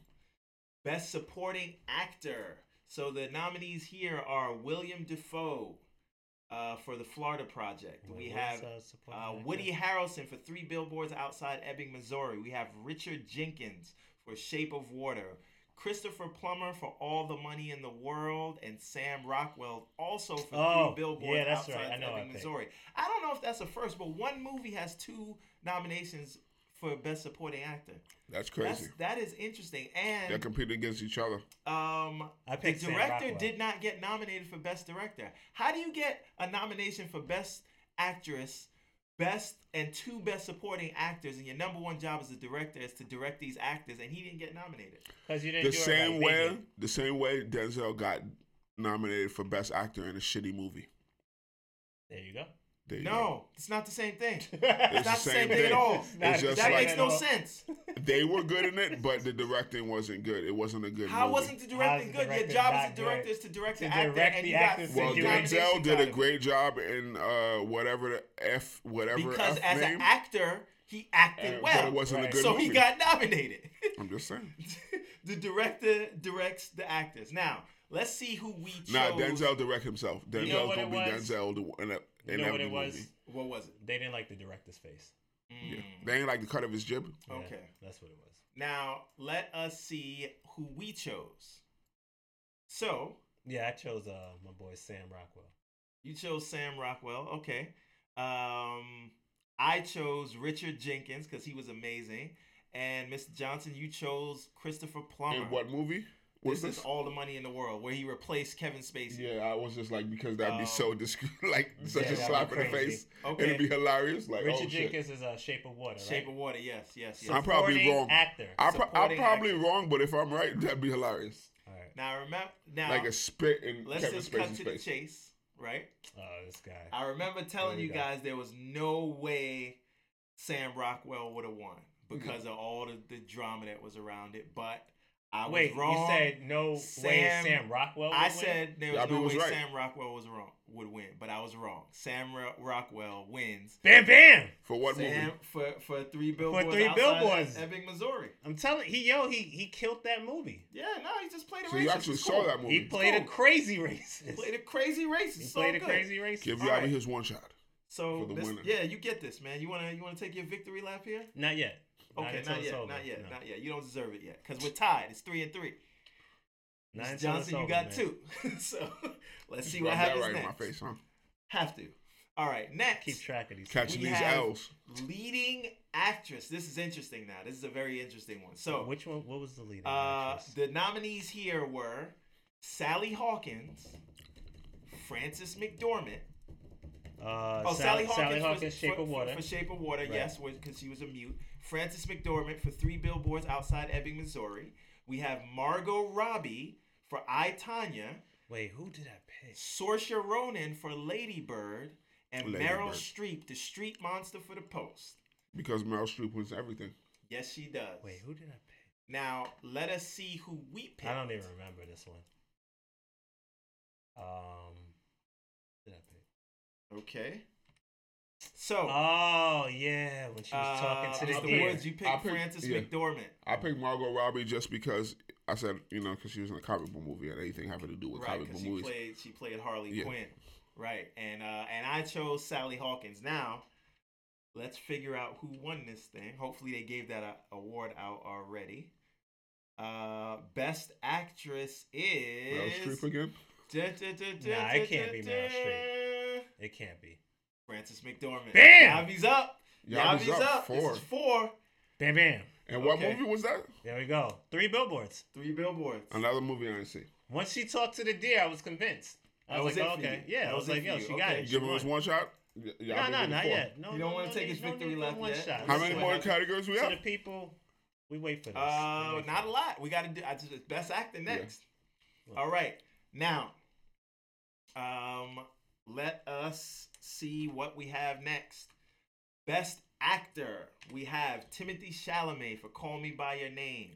Speaker 1: Best Supporting Actor. So the nominees here are William Defoe, uh, for the Florida Project.
Speaker 3: Wait,
Speaker 1: we
Speaker 3: what's,
Speaker 1: have
Speaker 3: uh, supporting
Speaker 1: uh,
Speaker 3: actor?
Speaker 1: Woody Harrelson for Three Billboards Outside Ebbing, Missouri. We have Richard Jenkins for Shape of Water. Christopher Plummer for All the Money in the World, and Sam Rockwell also for Three
Speaker 3: Oh,
Speaker 1: Billboards
Speaker 3: yeah, that's
Speaker 1: Outside
Speaker 3: right. I know
Speaker 1: Ebbing,
Speaker 3: that pick.
Speaker 1: Missouri. I don't know if that's a first, but one movie has two nominations for Best Supporting Actor.
Speaker 2: That's
Speaker 1: That's,
Speaker 2: crazy.
Speaker 1: that is interesting. And
Speaker 2: They're competing against each other.
Speaker 1: um,
Speaker 3: I
Speaker 1: the
Speaker 3: picked Sam
Speaker 1: director
Speaker 3: Rockwell.
Speaker 1: did not get nominated for Best Director. How do you get a nomination for Best Actress, Best and two Best Supporting Actors, and your number one job as a director is to direct these actors, and he didn't get nominated?
Speaker 3: Because you didn't
Speaker 2: The
Speaker 3: do
Speaker 2: same
Speaker 3: it right. They
Speaker 2: way,
Speaker 3: did.
Speaker 2: the same way Denzel got nominated for best actor in a shitty movie.
Speaker 3: There you go.
Speaker 2: There you go.
Speaker 1: No, it's not the same thing.
Speaker 3: it's
Speaker 1: It's not the same thing at all.
Speaker 3: It's
Speaker 2: It's just
Speaker 1: that
Speaker 2: like-
Speaker 1: makes no sense.
Speaker 2: they were good in it, but the directing wasn't good. It wasn't a good.
Speaker 1: How
Speaker 2: movie.
Speaker 1: wasn't the
Speaker 3: How's
Speaker 1: directing
Speaker 3: the
Speaker 1: good? Your
Speaker 3: director
Speaker 1: job
Speaker 3: not
Speaker 1: as a
Speaker 3: good?
Speaker 1: director is to direct
Speaker 3: To
Speaker 1: the actor,
Speaker 3: direct
Speaker 1: and
Speaker 3: the
Speaker 1: you got
Speaker 3: actors
Speaker 2: Well,
Speaker 3: and do it.
Speaker 2: Denzel
Speaker 1: nominations
Speaker 2: did
Speaker 1: out
Speaker 2: a
Speaker 1: of it.
Speaker 2: great job in uh, whatever the f whatever
Speaker 1: because
Speaker 2: f
Speaker 1: as
Speaker 2: name,
Speaker 1: an actor, he acted
Speaker 2: uh, but
Speaker 1: well,
Speaker 2: it wasn't
Speaker 3: Right.
Speaker 2: a good
Speaker 1: so
Speaker 2: movie.
Speaker 1: he got nominated.
Speaker 2: I'm just saying.
Speaker 1: the director directs the actors. Now let's see who we chose.
Speaker 2: Nah, Denzel direct himself. Denzel's
Speaker 3: know what
Speaker 2: gonna
Speaker 3: it
Speaker 2: be
Speaker 3: was?
Speaker 2: Denzel the- in, a,
Speaker 3: You
Speaker 2: in
Speaker 3: know
Speaker 2: every
Speaker 3: what it
Speaker 2: movie.
Speaker 3: was?
Speaker 1: What was it?
Speaker 3: They didn't like the director's face.
Speaker 2: Yeah.
Speaker 1: Mm.
Speaker 2: They ain't like the cut of his jib.
Speaker 3: Yeah,
Speaker 1: Okay.
Speaker 3: That's what it was.
Speaker 1: Now let us see who we chose. So
Speaker 3: Yeah, I chose uh, my boy Sam Rockwell.
Speaker 1: you chose Sam Rockwell. Okay. Um, I chose Richard Jenkins because he was amazing. And Mr. Johnson, you chose Christopher Plummer.
Speaker 2: In what movie
Speaker 1: Uh-uh. This,
Speaker 2: was this?
Speaker 1: is all the money in the world, where he replaced Kevin Spacey.
Speaker 2: yeah, I was just like because that'd be
Speaker 1: Um,
Speaker 2: so discreet, like such
Speaker 1: yeah,
Speaker 2: a
Speaker 1: that'd
Speaker 2: slap
Speaker 1: be
Speaker 2: in the
Speaker 3: crazy.
Speaker 2: face.
Speaker 1: Okay.
Speaker 2: It'd be hilarious. Like
Speaker 3: Richard
Speaker 2: oh shit.
Speaker 3: Jenkins is a Shape of Water,
Speaker 1: Shape
Speaker 3: right?
Speaker 1: of Water. Yes, yes, yes.
Speaker 2: I'm probably
Speaker 3: Supporting
Speaker 2: wrong.
Speaker 3: Actor.
Speaker 2: I pro- I'm
Speaker 1: supporting
Speaker 2: probably
Speaker 1: actor.
Speaker 2: wrong, but if I'm right, that'd be hilarious.
Speaker 3: All right.
Speaker 1: Now remember. Now
Speaker 2: like a spit in
Speaker 1: let's
Speaker 2: Kevin
Speaker 1: just cut
Speaker 2: Spacey's
Speaker 1: to
Speaker 2: face.
Speaker 1: the chase, right?
Speaker 3: Oh, this guy.
Speaker 1: I remember telling
Speaker 3: we
Speaker 1: you
Speaker 3: go.
Speaker 1: guys there was no way Sam Rockwell would have won
Speaker 2: Mm-hmm.
Speaker 1: because of all the, the drama that was around it. But I was
Speaker 3: Wait,
Speaker 1: wrong.
Speaker 3: you said no way
Speaker 1: Sam-
Speaker 3: Sam Rockwell.
Speaker 1: I
Speaker 3: would win?
Speaker 1: said there was
Speaker 2: Y'all
Speaker 1: no
Speaker 2: was
Speaker 1: way
Speaker 2: right.
Speaker 1: Sam Rockwell was wrong would win, but I was wrong. Sam Ro- Rockwell wins.
Speaker 3: Bam Bam.
Speaker 2: For what
Speaker 1: Sam
Speaker 2: movie?
Speaker 1: for for three billboards.
Speaker 3: three
Speaker 1: outside
Speaker 3: billboards.
Speaker 1: Ebbing, Missouri.
Speaker 3: I'm telling he yo he he killed that movie.
Speaker 1: Yeah, no, he just played a
Speaker 2: So
Speaker 1: racist.
Speaker 2: you actually
Speaker 1: It's
Speaker 2: saw
Speaker 1: cool.
Speaker 2: that
Speaker 3: He
Speaker 2: movie.
Speaker 3: played a
Speaker 1: cool.
Speaker 3: crazy racist.
Speaker 1: Oh. He played a crazy racist.
Speaker 3: He
Speaker 1: It's
Speaker 3: played
Speaker 1: all
Speaker 3: a
Speaker 1: good.
Speaker 3: crazy racist.
Speaker 2: Give
Speaker 1: All
Speaker 2: Yabby
Speaker 1: right.
Speaker 2: his one shot.
Speaker 1: So
Speaker 2: for the
Speaker 1: this-
Speaker 2: winner.
Speaker 1: yeah, you get this, man. You wanna you wanna take your victory lap here?
Speaker 3: Not yet.
Speaker 1: Okay,
Speaker 3: until
Speaker 1: not
Speaker 3: it's
Speaker 1: yet,
Speaker 3: over.
Speaker 1: not yet,
Speaker 3: No.
Speaker 1: not yet. You don't deserve it yet because we're tied. It's three and three.
Speaker 3: Not
Speaker 1: Mr.
Speaker 3: until it's
Speaker 1: Johnson, you
Speaker 3: over,
Speaker 1: got
Speaker 3: man.
Speaker 1: two. so let's see
Speaker 2: Rub
Speaker 1: what
Speaker 2: that
Speaker 1: happens
Speaker 2: right in my
Speaker 1: next.
Speaker 2: face, huh?
Speaker 1: Have to. All right, next.
Speaker 3: Keep track of these.
Speaker 1: We
Speaker 2: Catching these
Speaker 1: have-
Speaker 2: L's.
Speaker 1: Leading actress. This is interesting. Now, this is a very interesting one.
Speaker 3: things.
Speaker 1: So,
Speaker 3: Which one? What was the leading?
Speaker 1: uh,
Speaker 3: actress?
Speaker 1: the nominees here were Sally Hawkins, Frances McDormand.
Speaker 3: Uh,
Speaker 1: Oh, Sally, Hawkins,
Speaker 3: Sally
Speaker 1: for-
Speaker 3: Hawkins,
Speaker 1: for,
Speaker 3: Shape of
Speaker 1: for-
Speaker 3: Water.
Speaker 1: For Shape of Water,
Speaker 3: Right.
Speaker 1: yes, because she was a mute. Frances McDormand for Three Billboards Outside Ebbing, Missouri. We have Margot Robbie for I, Tanya.
Speaker 3: Wait, who did I pick?
Speaker 1: Saoirse Ronan for Lady Bird. And
Speaker 2: Lady
Speaker 1: Meryl
Speaker 2: Bird.
Speaker 1: Streep, the street monster for The Post.
Speaker 2: Because Meryl Streep wins everything.
Speaker 1: Yes, she does.
Speaker 3: Wait, who did I pick?
Speaker 1: Now, let us see who we picked.
Speaker 3: I don't even remember this one. Um, who did I pick?
Speaker 1: Okay. So,
Speaker 3: Oh yeah, when she was talking to
Speaker 1: uh,
Speaker 3: the,
Speaker 1: Mr.
Speaker 2: ear.
Speaker 1: Woods, you
Speaker 2: I
Speaker 1: picked
Speaker 2: picked-
Speaker 1: Frances
Speaker 2: yeah.
Speaker 1: McDormand.
Speaker 2: I picked Margot Robbie just because I said, you know, because she was in a comic book movie and anything having to do with
Speaker 1: right
Speaker 2: comic
Speaker 1: because
Speaker 2: book
Speaker 1: she
Speaker 2: movies.
Speaker 1: played she played harley
Speaker 2: Yeah.
Speaker 1: quinn right and uh and i chose sally hawkins now let's figure out who won this thing hopefully they gave that uh, award out already uh best actress
Speaker 2: Meryl
Speaker 1: is
Speaker 2: Streep again?
Speaker 1: Duh, duh, duh, duh,
Speaker 3: Nah, it
Speaker 1: duh,
Speaker 3: can't
Speaker 1: duh,
Speaker 3: be Meryl
Speaker 1: duh.
Speaker 3: It can't be.
Speaker 1: frances mcdormand
Speaker 3: Bam!
Speaker 1: Yavi's up
Speaker 2: Yavi's up,
Speaker 1: This
Speaker 2: four.
Speaker 1: is four
Speaker 3: Bam bam.
Speaker 2: And what
Speaker 1: Okay.
Speaker 2: movie was that?
Speaker 3: There we go. Three billboards.
Speaker 1: three billboards
Speaker 2: Another movie I didn't see.
Speaker 3: Once she talked to the deer, I was convinced. I
Speaker 1: That
Speaker 3: was,
Speaker 1: was
Speaker 3: like, "Oh,
Speaker 1: it for
Speaker 3: okay,
Speaker 1: you.
Speaker 3: yeah.
Speaker 1: That
Speaker 3: I was
Speaker 1: was it
Speaker 3: like,
Speaker 1: for
Speaker 3: yo,
Speaker 1: you.
Speaker 3: she got
Speaker 1: Okay.
Speaker 3: it.
Speaker 1: You
Speaker 3: She
Speaker 2: Give him his
Speaker 3: won.
Speaker 2: one shot? Y- y'all
Speaker 3: No,
Speaker 2: give
Speaker 3: no,
Speaker 2: him
Speaker 3: not
Speaker 2: four.
Speaker 3: yet. No,
Speaker 1: You
Speaker 3: no,
Speaker 1: don't wanna
Speaker 3: no
Speaker 1: take
Speaker 3: need-
Speaker 1: his
Speaker 3: no
Speaker 1: victory
Speaker 3: need for
Speaker 1: lap
Speaker 3: one
Speaker 1: yet?
Speaker 3: shot.
Speaker 2: How
Speaker 3: This
Speaker 2: many
Speaker 3: is
Speaker 2: more
Speaker 3: what
Speaker 2: categories we
Speaker 3: happens
Speaker 2: have?
Speaker 3: To the people, we wait for this. We
Speaker 1: Uh,
Speaker 3: wait for
Speaker 1: not a
Speaker 3: this.
Speaker 1: lot. We got to do I just, best actor
Speaker 2: Yeah.
Speaker 1: next. All right, now, um, let us see what we have next. Best actor, we have Timothy Chalamet for Call Me by Your Name,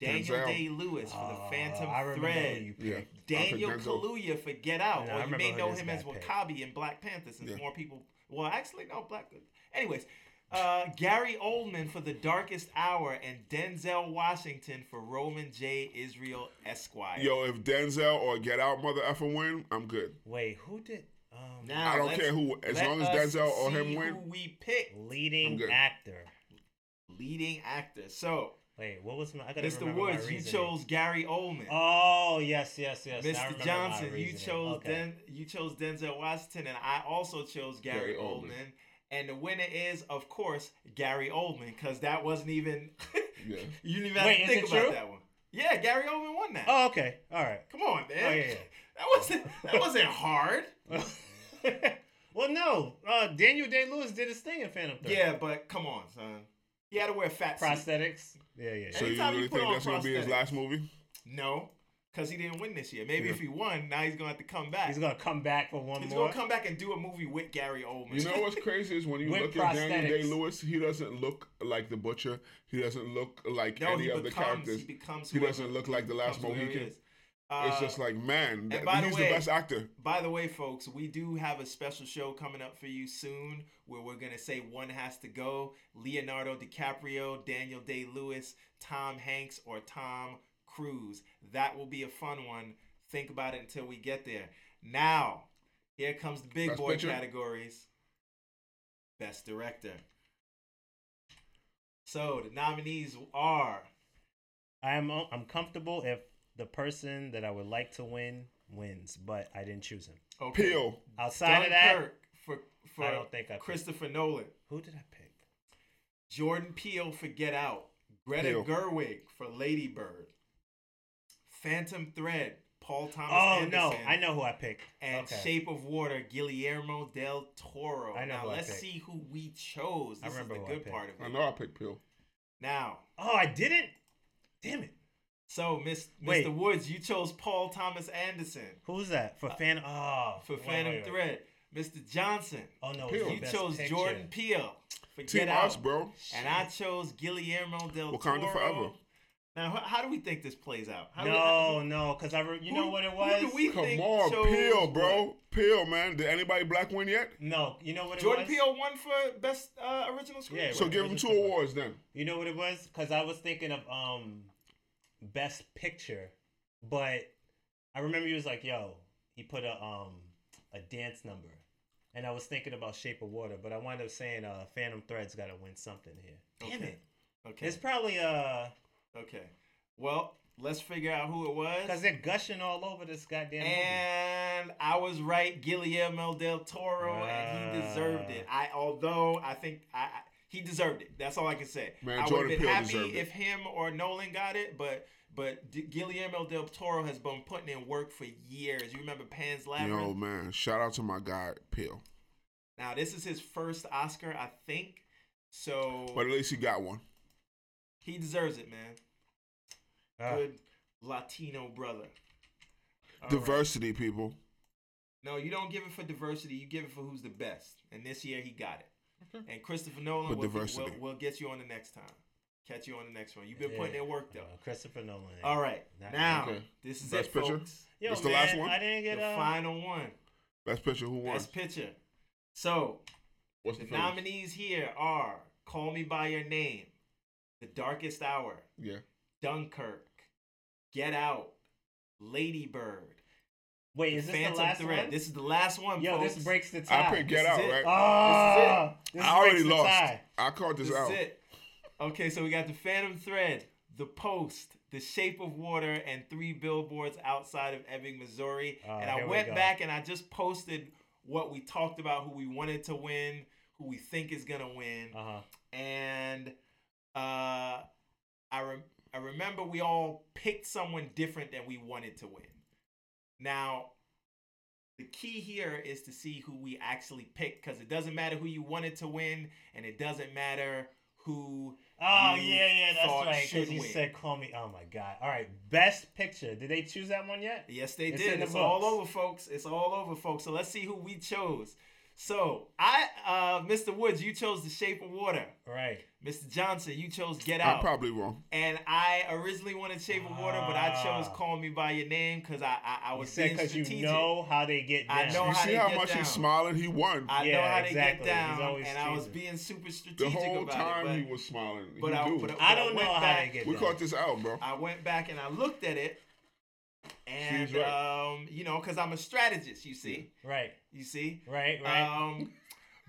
Speaker 1: Daniel
Speaker 2: Denzel.
Speaker 1: Day Lewis for
Speaker 3: Oh,
Speaker 1: The Phantom
Speaker 3: I remember
Speaker 1: Thread,
Speaker 3: who you picked.
Speaker 2: Yeah.
Speaker 1: Daniel
Speaker 2: I picked Denzel.
Speaker 1: Kaluuya for Get Out,
Speaker 3: Yeah, I
Speaker 1: or you may
Speaker 3: remember who
Speaker 1: know
Speaker 3: this
Speaker 1: him
Speaker 3: guy
Speaker 1: as
Speaker 3: picked.
Speaker 1: Wakabi in Black Panther, since
Speaker 2: Yeah.
Speaker 1: more people. Well, actually, no, Black. Anyways, uh, Gary Oldman for The Darkest Hour, and Denzel Washington for Roman J. Israel Esquire.
Speaker 2: Yo, if Denzel or Get Out mother effer win, I'm good.
Speaker 3: Wait, who did? Um,
Speaker 1: Now
Speaker 2: I don't
Speaker 1: let's-
Speaker 2: care who, as
Speaker 1: let
Speaker 2: long as
Speaker 1: us
Speaker 2: Denzel or
Speaker 1: see
Speaker 2: him
Speaker 1: who
Speaker 2: win.
Speaker 1: we pick
Speaker 2: I'm
Speaker 3: leading
Speaker 2: good.
Speaker 3: actor.
Speaker 1: leading actor. So
Speaker 3: Wait, what was my? I gotta
Speaker 1: Mr.
Speaker 3: remember my
Speaker 1: Woods, you
Speaker 3: reasoning.
Speaker 1: chose Gary Oldman.
Speaker 3: Oh yes, yes, yes. I remember
Speaker 1: Mr.
Speaker 3: my
Speaker 1: Johnson, you
Speaker 3: reasoning.
Speaker 1: chose
Speaker 3: Okay.
Speaker 1: Den- you chose Denzel Washington, and I also chose Gary,
Speaker 2: Gary
Speaker 1: Oldman.
Speaker 2: Oldman.
Speaker 1: And the winner is, of course, Gary Oldman, because that wasn't even
Speaker 2: Yeah.
Speaker 1: you didn't even have
Speaker 3: Wait,
Speaker 1: to
Speaker 3: is
Speaker 1: think
Speaker 3: it
Speaker 1: about
Speaker 3: true?
Speaker 1: that one. Yeah, Gary Oldman won that.
Speaker 3: Oh okay. All right.
Speaker 1: Come on, man.
Speaker 3: Oh yeah.
Speaker 1: That wasn't that wasn't hard.
Speaker 3: yeah. well, no. Uh, Daniel Day Lewis did his thing in Phantom Thread.
Speaker 1: Yeah, but come on, son. He had to wear a fat suit.
Speaker 3: Prosthetics. Yeah, yeah.
Speaker 2: So you
Speaker 1: Anytime you
Speaker 2: really
Speaker 1: put
Speaker 2: think
Speaker 1: on
Speaker 2: that's gonna be his
Speaker 1: prosthetics.
Speaker 2: last movie?
Speaker 1: No, because he didn't win this year. Maybe
Speaker 2: Yeah.
Speaker 1: if he won, now he's gonna have to come back.
Speaker 3: He's gonna come back for one
Speaker 1: He's
Speaker 3: more.
Speaker 1: gonna come back and do a movie with Gary Oldman.
Speaker 2: You know what's crazy is when you
Speaker 3: With
Speaker 2: look at Daniel Day
Speaker 3: prosthetics.
Speaker 2: Lewis, he doesn't look like the butcher. He doesn't look like
Speaker 1: no,
Speaker 2: any
Speaker 1: he
Speaker 2: of the
Speaker 1: becomes,
Speaker 2: characters.
Speaker 1: he becomes.
Speaker 2: He
Speaker 1: whoever-
Speaker 2: doesn't look like the last
Speaker 1: becomes whoever he
Speaker 2: Mohican.
Speaker 1: is. Uh,
Speaker 2: it's just like man, that,
Speaker 1: by the
Speaker 2: he's
Speaker 1: way-
Speaker 2: the best actor.
Speaker 1: By the way, folks, we do have a special show coming up for you soon where we're going to say one has to go Leonardo DiCaprio, Daniel Day Lewis, Tom Hanks, or Tom Cruise. That will be a fun one. Think about it until we get there. Now, here comes the big
Speaker 2: Best
Speaker 1: boy
Speaker 2: picture?
Speaker 1: categories Best Director. So the nominees are
Speaker 3: I'm uh, I'm comfortable if the person that I would like to win wins, but I didn't choose him.
Speaker 1: okay,
Speaker 2: Peel.
Speaker 3: Outside of that,
Speaker 1: Dunkirk for, for
Speaker 3: I don't think I picked.
Speaker 1: Christopher Nolan.
Speaker 3: who did I pick?
Speaker 1: Jordan Peele for Get Out, Greta
Speaker 2: Peele.
Speaker 1: Gerwig for Lady Bird, Phantom Thread, Paul Thomas
Speaker 3: Oh
Speaker 1: Anderson,
Speaker 3: no, I know who I picked.
Speaker 1: and
Speaker 3: okay.
Speaker 1: Shape of Water, Guillermo del Toro.
Speaker 3: I know
Speaker 1: now
Speaker 3: who I
Speaker 1: let's
Speaker 3: picked.
Speaker 1: see who we chose.
Speaker 3: I
Speaker 1: This is the
Speaker 3: remember who I
Speaker 1: good
Speaker 3: picked.
Speaker 1: part of
Speaker 2: I
Speaker 1: it.
Speaker 2: know I picked Peel.
Speaker 1: Now,
Speaker 3: oh, I didn't. Damn it.
Speaker 1: so Miss,
Speaker 3: Wait.
Speaker 1: Mr. Woods, you chose Paul Thomas Anderson
Speaker 3: Who's that for? Fan. Oh,
Speaker 1: Uh, for
Speaker 3: wait,
Speaker 1: Phantom
Speaker 3: wait, wait.
Speaker 1: Thread. Mr. Johnson,
Speaker 3: Oh no,
Speaker 2: Peele.
Speaker 3: it's the
Speaker 1: you
Speaker 3: best
Speaker 1: chose
Speaker 3: picture.
Speaker 1: Jordan Peele for
Speaker 2: Team
Speaker 1: Get
Speaker 2: us,
Speaker 1: Out,
Speaker 2: bro.
Speaker 1: and I chose Guillermo del Toro.
Speaker 2: Wakanda forever.
Speaker 1: Now, how, how do we think this plays out? How do we- how-
Speaker 3: No, no, because I re- you know
Speaker 1: Who-
Speaker 3: what it
Speaker 1: who
Speaker 3: was.
Speaker 1: do we-
Speaker 2: Come
Speaker 1: think
Speaker 2: on,
Speaker 1: chose
Speaker 2: Peel, bro.
Speaker 1: what?
Speaker 2: Peel, man. Did anybody black win yet?
Speaker 3: No, you know what it
Speaker 1: Jordan
Speaker 3: was.
Speaker 1: Peele won for best uh, original screenplay.
Speaker 3: Yeah,
Speaker 2: So
Speaker 3: right.
Speaker 2: give him
Speaker 3: Where's
Speaker 2: two
Speaker 3: the-
Speaker 2: awards then.
Speaker 3: You know what it was? Because I was thinking of um, best picture, but I remember he was like, "Yo, he put a um a dance number," and I was thinking about Shape of Water, but I wound up saying uh, Phantom Thread's got to win something here. Damn
Speaker 1: Okay.
Speaker 3: it!
Speaker 1: Okay.
Speaker 3: It's probably uh,
Speaker 1: okay. Well, let's figure out who it
Speaker 3: because
Speaker 1: was.
Speaker 3: they're gushing all over this goddamn
Speaker 1: Eh,
Speaker 3: movie.
Speaker 1: And I was right, Guillermo del Toro, and
Speaker 2: Ah.
Speaker 1: he deserved it. I, although I think I, I he deserved it. That's all I can say.
Speaker 2: Man,
Speaker 1: I would have
Speaker 2: Jordan
Speaker 1: been
Speaker 2: Peele
Speaker 1: happy
Speaker 2: deserved it.
Speaker 1: if him or Nolan got it, but but D- Guillermo del Toro has been putting in work for years. You remember Pan's Labyrinth?
Speaker 2: Yo, man. Shout out to my guy, Peel.
Speaker 1: Now this is his first Oscar, I think. So
Speaker 2: But at least he got one.
Speaker 1: he deserves it, man.
Speaker 2: Ah.
Speaker 3: Uh,
Speaker 1: good Latino brother. All right.
Speaker 2: Diversity, people.
Speaker 1: No, you don't give it for diversity. You give it for who's the best. And this year he got it. And Christopher Nolan
Speaker 2: But
Speaker 1: will, will,
Speaker 2: diversity.
Speaker 1: will get you on the next time. Catch you on the next one. You've been
Speaker 3: yeah.
Speaker 1: putting in work though.
Speaker 3: Uh, Christopher Nolan.
Speaker 1: All right,
Speaker 3: Not-
Speaker 1: now
Speaker 2: Okay.
Speaker 1: this is
Speaker 2: Best
Speaker 1: it,
Speaker 2: picture?
Speaker 1: folks.
Speaker 3: Yo,
Speaker 2: It's
Speaker 3: man,
Speaker 2: the last one?
Speaker 3: I didn't
Speaker 1: The
Speaker 3: get uh,
Speaker 1: final one.
Speaker 2: Best picture. Who won?
Speaker 1: Best picture. So
Speaker 2: What's
Speaker 1: the
Speaker 2: the film?
Speaker 1: nominees here are "Call Me by Your Name," "The Darkest Hour,"
Speaker 2: Yeah.
Speaker 1: "Dunkirk," "Get Out," "Lady Bird,"
Speaker 3: Wait, is this
Speaker 1: Phantom
Speaker 3: the last
Speaker 1: Thread.
Speaker 3: one?
Speaker 1: This is the last one.
Speaker 3: Yo,
Speaker 1: folks.
Speaker 3: this breaks the tie.
Speaker 2: I picked Get
Speaker 1: This
Speaker 2: Out,
Speaker 1: is it.
Speaker 2: right?
Speaker 3: Ah, this
Speaker 2: I already
Speaker 3: breaks the
Speaker 2: lost.
Speaker 3: tie.
Speaker 2: I called this,
Speaker 1: This is
Speaker 2: out.
Speaker 1: it. Okay, so we got the Phantom Thread, the Post, the Shape of Water, and three billboards outside of Ebbing, Missouri.
Speaker 3: Ah,
Speaker 1: and I
Speaker 3: here we
Speaker 1: went
Speaker 3: go.
Speaker 1: back and I just posted what we talked about, who we wanted to win, who we think is gonna win,
Speaker 3: Uh huh.
Speaker 1: and uh, I re- I remember we all picked someone different than we wanted to win. Now, the key here is to see who we actually picked because it doesn't matter who you wanted to win, and it doesn't matter who.
Speaker 3: Oh
Speaker 1: you
Speaker 3: yeah, yeah, that's
Speaker 1: thought
Speaker 3: right.
Speaker 1: should
Speaker 3: Because you
Speaker 1: win.
Speaker 3: said call me. Oh my god. All right, best picture. Did they choose that one yet?
Speaker 1: Yes, they
Speaker 3: It's
Speaker 1: did.
Speaker 3: in the
Speaker 1: it's all
Speaker 3: books.
Speaker 1: over, folks. It's all over, folks. So let's see who we chose. So I, uh, Mr. Woods, you chose The Shape of Water.
Speaker 3: Right.
Speaker 1: Mr. Johnson, you chose Get Out.
Speaker 2: I'm probably wrong.
Speaker 1: And I originally wanted Shape of Water, but I chose
Speaker 3: Ah.
Speaker 1: Call Me by Your Name because I, I I
Speaker 3: You
Speaker 1: was
Speaker 3: said
Speaker 1: being
Speaker 3: because
Speaker 1: strategic.
Speaker 3: you know how they get down.
Speaker 1: I know
Speaker 2: you
Speaker 1: how
Speaker 2: see
Speaker 1: they
Speaker 2: how
Speaker 1: get
Speaker 2: much
Speaker 1: down.
Speaker 2: he's smiling? He won.
Speaker 1: I know
Speaker 3: Yeah,
Speaker 1: how they
Speaker 3: exactly.
Speaker 1: get
Speaker 3: He's
Speaker 1: down,
Speaker 3: always
Speaker 1: and I was
Speaker 3: cheating.
Speaker 1: being super strategic
Speaker 2: the whole
Speaker 1: about
Speaker 2: time
Speaker 1: it.
Speaker 2: he
Speaker 1: But,
Speaker 2: was smiling.
Speaker 1: but
Speaker 2: He
Speaker 1: I-
Speaker 2: do.
Speaker 1: but I-
Speaker 3: I don't
Speaker 1: went
Speaker 3: know how
Speaker 1: back-
Speaker 3: they get
Speaker 2: we
Speaker 3: down.
Speaker 2: caught this out, bro.
Speaker 1: I went back and I looked at it, and
Speaker 2: She's right.
Speaker 1: um, you know, because I'm a strategist. You see,
Speaker 3: Right,
Speaker 1: you see.
Speaker 3: right, right.
Speaker 1: Um,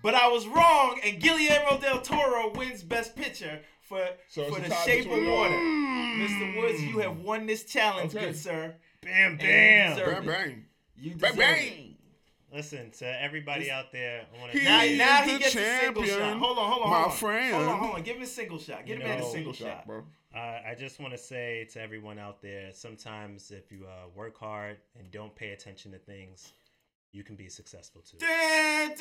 Speaker 1: but I was wrong, and Guillermo del Toro wins Best Picture for
Speaker 2: So it's
Speaker 1: for
Speaker 2: a
Speaker 1: The
Speaker 2: tie
Speaker 1: Shape of
Speaker 2: between y'all.
Speaker 1: Water. Mr. Woods, you have won this challenge,
Speaker 2: Okay.
Speaker 1: good sir.
Speaker 3: bam,
Speaker 1: and
Speaker 3: bam.
Speaker 1: sir-
Speaker 2: Bang bang.
Speaker 1: You
Speaker 2: Bang
Speaker 1: deserve it.
Speaker 2: bang.
Speaker 3: Listen to everybody
Speaker 1: This-
Speaker 3: out there. I want
Speaker 2: He-
Speaker 3: to.
Speaker 1: Now,
Speaker 2: is
Speaker 1: now he
Speaker 2: the
Speaker 1: gets a single shot.
Speaker 2: champion,
Speaker 1: Hold on, hold on,
Speaker 2: my
Speaker 1: hold on.
Speaker 2: friend.
Speaker 1: Hold on, hold on. Give him a single shot. Get
Speaker 3: You
Speaker 1: him man a
Speaker 3: know-
Speaker 1: single shot.
Speaker 2: bro.
Speaker 3: Uh, I just want to say to everyone out there: sometimes if you uh, work hard and don't pay attention to things, you can be successful too.
Speaker 1: Dun, dun,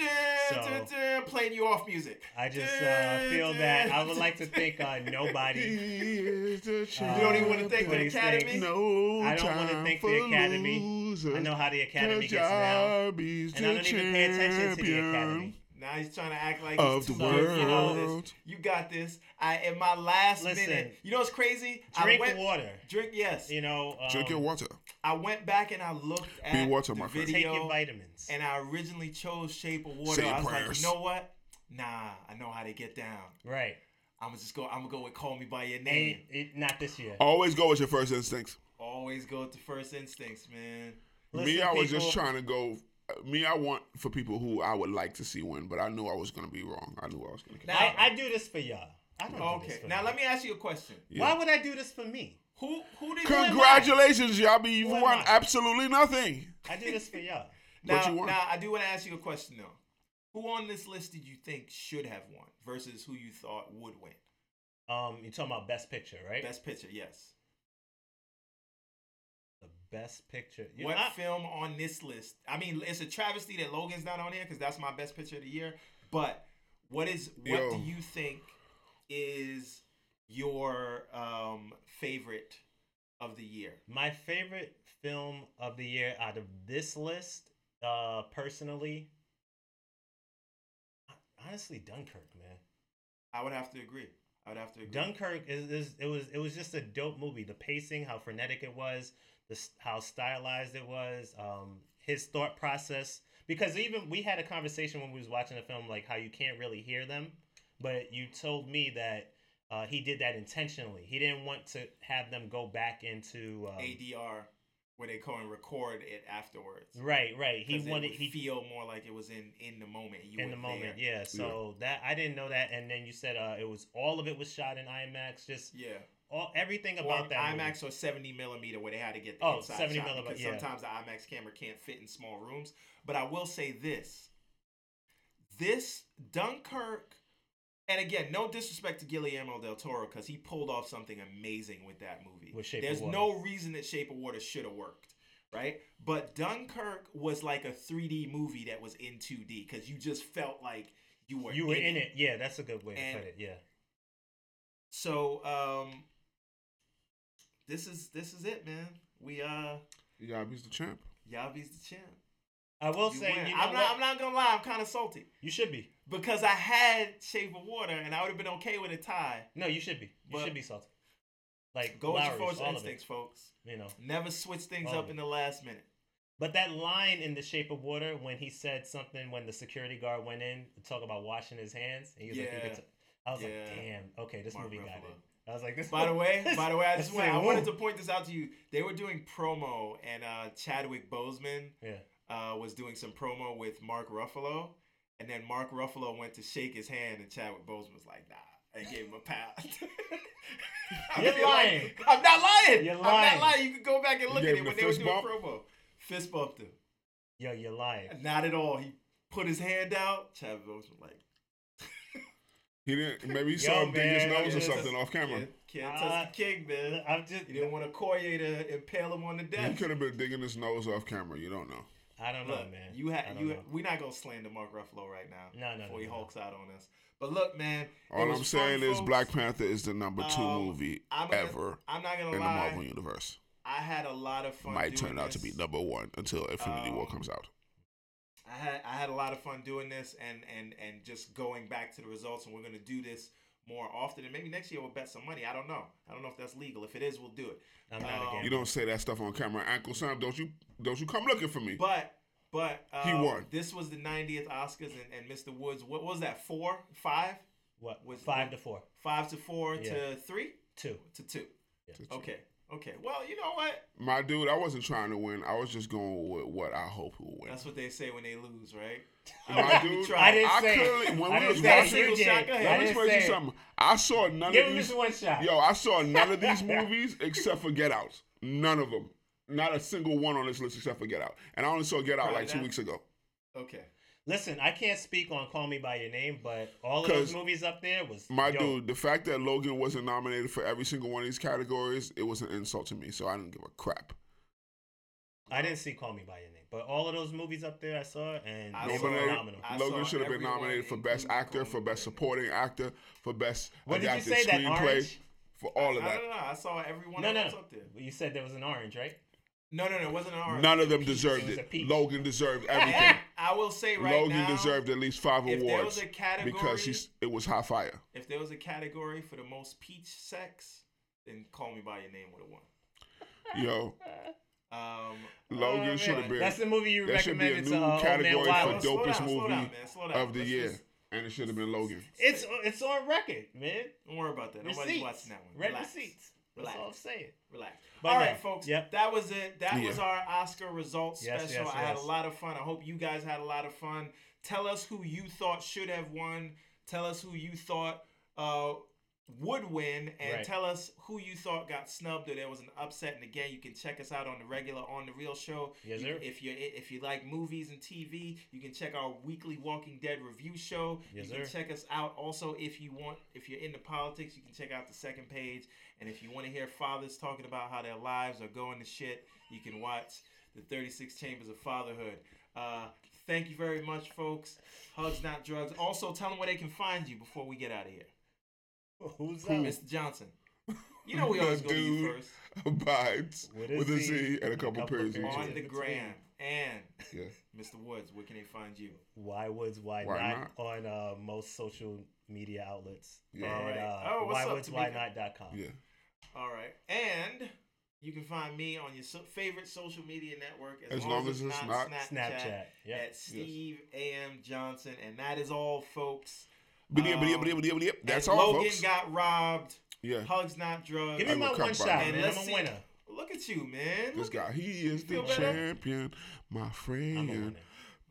Speaker 1: dun,
Speaker 3: So-
Speaker 1: dun, playing you off music.
Speaker 3: I just uh, feel that I would like to thank uh, nobody.
Speaker 2: He is the
Speaker 3: Uh,
Speaker 1: You don't even want to thank
Speaker 3: what
Speaker 1: the
Speaker 3: do you think?
Speaker 1: Academy.
Speaker 2: No
Speaker 3: I don't
Speaker 2: want
Speaker 3: wanna
Speaker 2: to
Speaker 3: thank the Academy. I know how the academy gets now, and I don't even pay attention to the academy.
Speaker 1: Now he's trying to act like
Speaker 2: Of
Speaker 1: he's
Speaker 2: the
Speaker 1: too good for all this.
Speaker 2: world.
Speaker 1: You got this. I in my last
Speaker 3: Listen,
Speaker 1: minute. You know what's crazy? I
Speaker 3: Drink
Speaker 1: went,
Speaker 3: water.
Speaker 1: Drink yes.
Speaker 3: You know, um,
Speaker 2: Drink your water.
Speaker 1: I went back and I looked at
Speaker 2: water,
Speaker 1: the
Speaker 2: my friend.
Speaker 1: video.
Speaker 3: Take your vitamins.
Speaker 1: and I originally chose Shape of Water.
Speaker 2: Say
Speaker 1: I was like,
Speaker 2: prayers.
Speaker 1: you know what? Nah, I know how they get down.
Speaker 3: right.
Speaker 1: I'm just go. I'm gonna go with Call Me by Your Name.
Speaker 3: And it, not this year.
Speaker 2: Always go with your first instincts.
Speaker 1: Always go with the first instincts, man.
Speaker 2: me,
Speaker 3: Listen,
Speaker 2: I was
Speaker 3: people,
Speaker 2: just trying to go. uh, Me, I want for people who I would like to see win, but I knew I was going to be wrong. I knew I was going to.
Speaker 1: Now-
Speaker 3: I, I do this for y'all. I don't do this
Speaker 1: Okay,
Speaker 3: for
Speaker 1: now
Speaker 3: you.
Speaker 1: let me ask you a question.
Speaker 3: Why would I do this for me?
Speaker 1: Who who did you?
Speaker 2: Congratulations, Yabby. You
Speaker 3: Who am
Speaker 2: won
Speaker 3: I?
Speaker 2: absolutely nothing.
Speaker 3: I do this for y'all.
Speaker 1: Now,
Speaker 2: But you won.
Speaker 1: now I do want to ask you a question though. Who on this list did you think should have won versus who you thought would win?
Speaker 3: Um, you're talking about best picture, right?
Speaker 1: Best Picture, yes.
Speaker 3: The best picture. You
Speaker 1: what
Speaker 3: know, I-
Speaker 1: film on this list? I mean, it's a travesty that Logan's not on here because that's my best picture of the year. But what is what
Speaker 2: Yo.
Speaker 1: do you think is your um, favorite of the year?
Speaker 3: my favorite film of the year out of this list, uh, personally, honestly, Dunkirk, man.
Speaker 1: I would have to agree. I would have to agree.
Speaker 3: Dunkirk is, is it was it was just a dope movie. The pacing, how frenetic it was, the s- how stylized it was, um, his thought process. Because even we had a conversation when we was watching the film, like how you can't really hear them, but you told me that uh, he did that intentionally. He didn't want to have them go back into um,
Speaker 1: ADR, where they go and record it afterwards.
Speaker 3: right, right. He
Speaker 1: 'Cause it
Speaker 3: wanted
Speaker 1: would
Speaker 3: he
Speaker 1: feel more like it was in in the moment. You
Speaker 3: in the
Speaker 1: were
Speaker 3: moment,
Speaker 1: there.
Speaker 3: yeah. So that I didn't know that, and then you said uh, it was all of it was shot in IMAX, just
Speaker 1: yeah.
Speaker 3: all everything
Speaker 1: Or
Speaker 3: about that movie.
Speaker 1: IMAX or 70 millimeter where they had to get the
Speaker 3: Oh,
Speaker 1: inside
Speaker 3: 70
Speaker 1: shot
Speaker 3: millimeter,
Speaker 1: because
Speaker 3: yeah.
Speaker 1: sometimes the IMAX camera can't fit in small rooms. But I will say this: this Dunkirk, and again, no disrespect to Guillermo del Toro because he pulled off something amazing with that movie.
Speaker 3: With Shape of
Speaker 1: There's
Speaker 3: Water.
Speaker 1: no reason that Shape of Water should have worked. Right, but Dunkirk was like a 3D movie that was in 2D because you just felt like you were
Speaker 3: you were in it. Yeah, that's a good way
Speaker 1: And-
Speaker 3: to put it. Yeah.
Speaker 1: So um, this is this is it, man. We uh,
Speaker 2: Yabby's the champ.
Speaker 1: Yavi's the champ.
Speaker 3: I will
Speaker 1: You
Speaker 3: say,
Speaker 1: win.
Speaker 3: you know
Speaker 1: I'm not.
Speaker 3: what?
Speaker 1: I'm not gonna lie. I'm kind of salty
Speaker 3: you should be.
Speaker 1: because I had Shape of Water, and I would have been okay with a tie.
Speaker 3: No, you should be. You
Speaker 1: But-
Speaker 3: should be salty. Like
Speaker 1: Go
Speaker 3: go
Speaker 1: with
Speaker 3: Lowry's,
Speaker 1: your first
Speaker 3: all of it,
Speaker 1: instincts, folks.
Speaker 3: you know.
Speaker 1: Never switch things
Speaker 3: All of
Speaker 1: up in the last minute.
Speaker 3: But that line in The Shape of Water when he said something when the security guard went in to talk about washing his hands, and he was like, you
Speaker 1: Yeah.
Speaker 3: could t- I was like,
Speaker 1: Yeah.
Speaker 3: damn, okay, this
Speaker 1: Mark
Speaker 3: movie got
Speaker 1: Ruffalo.
Speaker 3: it. I was like, this.
Speaker 1: By the way, by the way, I just
Speaker 3: That's
Speaker 1: want, I
Speaker 3: like,
Speaker 1: wanted to
Speaker 3: whoa.
Speaker 1: point this out to you. They were doing promo, and uh, Chadwick Boseman
Speaker 3: yeah,
Speaker 1: uh, was doing some promo with Mark Ruffalo, and then Mark Ruffalo went to shake his hand, and Chadwick Boseman was like, "Nah," and gave him a pat. I
Speaker 3: You're
Speaker 1: feel like-
Speaker 3: lying.
Speaker 1: I'm not lying.
Speaker 3: You're
Speaker 1: I'm
Speaker 3: lying.
Speaker 1: not lying. You can go back and
Speaker 2: You
Speaker 1: look at
Speaker 2: gave
Speaker 1: it
Speaker 2: him
Speaker 1: when
Speaker 2: the
Speaker 1: they were
Speaker 2: fist
Speaker 1: doing
Speaker 2: bump?
Speaker 1: promo. Fist bumped him.
Speaker 3: yo, you're lying.
Speaker 1: Not at all. He put his hand out. Chadwick Boseman was like,
Speaker 2: He didn't. Maybe he
Speaker 3: Yo,
Speaker 2: saw him dig his
Speaker 3: man,
Speaker 2: nose
Speaker 1: yeah,
Speaker 2: or
Speaker 1: this
Speaker 2: something
Speaker 1: is-
Speaker 2: off camera.
Speaker 1: "Can't, can't touch
Speaker 3: Uh,
Speaker 1: the king, man."
Speaker 3: I'm just,
Speaker 1: He didn't want a Koye to impale him on the
Speaker 2: He
Speaker 1: desk.
Speaker 2: could have been digging his nose off camera. You don't know.
Speaker 3: I don't know,
Speaker 1: Look,
Speaker 3: man.
Speaker 1: you
Speaker 3: I
Speaker 1: have
Speaker 3: don't
Speaker 1: you.
Speaker 3: know.
Speaker 1: We're not gonna slander Mark Ruffalo right now.
Speaker 3: No, no,
Speaker 1: Before
Speaker 3: no,
Speaker 1: he
Speaker 3: no.
Speaker 1: hulks out on us. But look, man. it
Speaker 2: All
Speaker 1: was
Speaker 2: I'm
Speaker 1: fun,
Speaker 2: saying is
Speaker 1: folks.
Speaker 2: Black Panther is the number two
Speaker 1: Um,
Speaker 2: movie
Speaker 1: I'm gonna-
Speaker 2: ever
Speaker 1: I'm not gonna
Speaker 2: in the
Speaker 1: lie.
Speaker 2: Marvel universe.
Speaker 1: I had a lot of fun.
Speaker 2: Might
Speaker 1: doing
Speaker 2: turn out to
Speaker 1: this.
Speaker 2: be number one until Infinity War
Speaker 1: Um,
Speaker 2: comes out.
Speaker 1: I had I had a lot of fun doing this and and and just going back to the results and we're gonna do this more often and maybe next year we'll bet some money. I don't know. I don't know if that's legal. If it is, we'll do it.
Speaker 3: I'm not
Speaker 1: um,
Speaker 3: a
Speaker 2: You
Speaker 3: gambler.
Speaker 2: don't say that stuff on camera, Uncle Sam. Don't you? Don't you come looking for me?
Speaker 1: But but uh,
Speaker 2: He won.
Speaker 1: This was the 90th Oscars and, and Mr. Woods. What was that? Four, five,
Speaker 3: What?
Speaker 1: was-
Speaker 3: five
Speaker 1: was-
Speaker 3: to four,
Speaker 1: five to four to
Speaker 3: Yeah.
Speaker 1: three
Speaker 3: two.
Speaker 1: to two.
Speaker 3: Yeah.
Speaker 1: Okay. Okay. Well, you know what?
Speaker 2: My dude, I wasn't trying to win. I was just going with what I hope will win.
Speaker 1: That's what they say when they lose, right?
Speaker 2: My dude,
Speaker 3: I didn't
Speaker 2: I
Speaker 3: say it.
Speaker 2: clearly when
Speaker 3: I
Speaker 2: we
Speaker 3: didn't
Speaker 2: was
Speaker 3: say it.
Speaker 2: watching,
Speaker 3: You did.
Speaker 1: Shaka,
Speaker 3: I
Speaker 2: let me
Speaker 3: didn't
Speaker 2: explain
Speaker 3: say
Speaker 2: you
Speaker 3: it.
Speaker 2: something. I saw none
Speaker 3: Give
Speaker 2: of
Speaker 3: him
Speaker 2: these.
Speaker 3: just one shot.
Speaker 2: Yo, I saw none of these movies except for Get Out. None of them. Not a single one on this list except for Get Out. And I only saw Get Out
Speaker 1: Right,
Speaker 2: like two
Speaker 1: that-
Speaker 2: weeks ago.
Speaker 1: Okay.
Speaker 3: Listen, I can't speak on Call Me by Your Name, but all of those
Speaker 2: 'Cause
Speaker 3: movies up there was
Speaker 2: My
Speaker 3: dope.
Speaker 2: dude, the fact that Logan wasn't nominated for every single one of these categories, it was an insult to me. So I didn't give a crap.
Speaker 3: I didn't see Call Me by Your Name, but all of those movies up there I saw and
Speaker 1: I
Speaker 3: they
Speaker 1: saw
Speaker 3: were
Speaker 1: it.
Speaker 3: phenomenal.
Speaker 1: I
Speaker 2: Logan
Speaker 1: saw
Speaker 2: should have been
Speaker 1: everyone,
Speaker 2: nominated for Best
Speaker 1: including
Speaker 2: Actor, for
Speaker 1: Conan.
Speaker 2: Best Supporting Actor, for Best
Speaker 3: What did you
Speaker 2: Adapted
Speaker 3: say? That
Speaker 2: Screenplay,
Speaker 3: orange?
Speaker 2: for all of
Speaker 1: I, I
Speaker 2: that.
Speaker 1: don't know. I saw everyone
Speaker 3: No, no,
Speaker 1: else
Speaker 3: no.
Speaker 1: up there.
Speaker 3: You said there was an orange, right?
Speaker 1: No, no, no. It wasn't an orange.
Speaker 2: None of them
Speaker 3: It
Speaker 2: deserved
Speaker 3: was a
Speaker 2: it.
Speaker 3: peach.
Speaker 2: Logan deserved
Speaker 1: And
Speaker 2: everything.
Speaker 1: I will say right
Speaker 2: Logan
Speaker 1: now,
Speaker 2: deserved at least five
Speaker 1: if there was
Speaker 2: awards
Speaker 1: a category,
Speaker 2: because he's it was high fire.
Speaker 1: if there was a category for the most peach sex, then Call Me by Your Name would have won.
Speaker 2: Yo,
Speaker 1: Um,
Speaker 2: Logan
Speaker 3: Oh,
Speaker 2: should
Speaker 3: man.
Speaker 2: have been
Speaker 3: That's the movie you
Speaker 2: There should be a
Speaker 3: recommended to
Speaker 2: new
Speaker 3: uh, old man
Speaker 2: category
Speaker 1: slow
Speaker 2: for the
Speaker 1: down,
Speaker 3: Wallace.
Speaker 2: dope- dopest
Speaker 1: slow down,
Speaker 2: movie
Speaker 1: man, slow down.
Speaker 2: of the
Speaker 1: Let's
Speaker 2: year,
Speaker 1: just-
Speaker 2: and it should have been Logan.
Speaker 3: It's it's on record, man.
Speaker 1: don't worry about that. Nobody's
Speaker 3: Receipts.
Speaker 1: watching that one.
Speaker 3: Red
Speaker 1: Relax.
Speaker 3: receipts. That's all I'm
Speaker 1: Relax.
Speaker 3: saying.
Speaker 1: Relax.
Speaker 3: But
Speaker 1: All
Speaker 3: no.
Speaker 1: right, folks.
Speaker 3: Yep.
Speaker 1: That was it. That was
Speaker 2: Yeah.
Speaker 1: our Oscar results
Speaker 3: Yes,
Speaker 1: special.
Speaker 3: yes,
Speaker 1: I had a
Speaker 3: yes.
Speaker 1: lot of fun. I hope you guys had a lot of fun. Tell us who you thought should have won. Tell us who you thought uh, would win, and
Speaker 3: Right.
Speaker 1: tell us who you thought got snubbed or there was an upset. And again, you can check us out on the regular on the real show.
Speaker 3: Yes,
Speaker 1: You-
Speaker 3: sir.
Speaker 1: If you if you like movies and TV, you can check our weekly Walking Dead review show.
Speaker 3: Yes,
Speaker 1: you can
Speaker 3: sir.
Speaker 1: check us out also if you want. If you're into politics, you can check out the second page. And if you want to hear fathers talking about how their lives are going to shit, you can watch the 36 Chambers of Fatherhood. Uh, thank you very much, folks. Hugs, not drugs. Also, tell them where they can find you before we get out of here.
Speaker 3: Who's up?
Speaker 1: Mr. Johnson, you know we always go to you
Speaker 2: Dude.
Speaker 1: first
Speaker 2: Bites
Speaker 3: With
Speaker 2: with
Speaker 3: a
Speaker 2: a,
Speaker 3: Z
Speaker 2: Z and a
Speaker 3: and
Speaker 2: couple periods. in
Speaker 3: periods.
Speaker 1: on
Speaker 2: between.
Speaker 1: the
Speaker 3: Between.
Speaker 1: gram. And
Speaker 2: Yeah.
Speaker 1: Mr. Woods, where can they find you?
Speaker 3: Why Woods, why,
Speaker 2: Why
Speaker 3: not, on uh, most social media outlets.
Speaker 2: Yeah.
Speaker 3: And,
Speaker 1: Alright.
Speaker 3: uh,
Speaker 1: Oh, what's
Speaker 3: why
Speaker 1: up,
Speaker 3: Woods, why
Speaker 1: Tamika?
Speaker 3: not.com.
Speaker 2: Yeah.
Speaker 1: All right, and you can find me on your so- favorite social media network as, long, as it's not Snapchat.
Speaker 3: Snapchat. Yeah.
Speaker 1: At Steve A.M. Johnson, and that is all, folks.
Speaker 2: But yeah, but yeah, but yeah, but yeah, but yeah. That's all,
Speaker 1: Um, Logan
Speaker 2: folks. Uh,
Speaker 1: got robbed.
Speaker 2: yeah.
Speaker 1: Hugs not drugs.
Speaker 3: Give me
Speaker 2: I
Speaker 3: my
Speaker 2: will come
Speaker 3: one shot,
Speaker 2: by.
Speaker 1: And
Speaker 3: man.
Speaker 1: let's
Speaker 3: I'm
Speaker 1: see-
Speaker 3: a winner.
Speaker 1: Look at you, man.
Speaker 2: This
Speaker 1: Look-
Speaker 2: guy, he is the
Speaker 1: Feel better?
Speaker 2: champion, my
Speaker 3: I'm a
Speaker 2: friend.
Speaker 3: winner.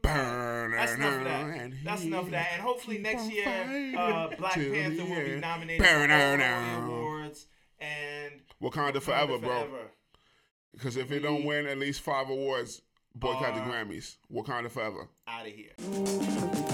Speaker 2: Burn.
Speaker 1: That's enough of that.
Speaker 2: and
Speaker 1: That's
Speaker 2: he-
Speaker 1: enough of that. And hopefully
Speaker 2: keep
Speaker 1: next
Speaker 2: on
Speaker 1: year,
Speaker 2: fighting
Speaker 1: uh, Black
Speaker 2: till the
Speaker 1: Panther will be
Speaker 2: end.
Speaker 1: nominated for all the
Speaker 2: Ba-da-da.
Speaker 1: awards and
Speaker 2: Wakanda forever, bro.
Speaker 1: Forever.
Speaker 2: Because if it
Speaker 1: We
Speaker 2: don't
Speaker 1: Uh,
Speaker 2: win at least five awards, boycott the
Speaker 1: are-
Speaker 2: Grammys. Wakanda forever.
Speaker 1: Out of here.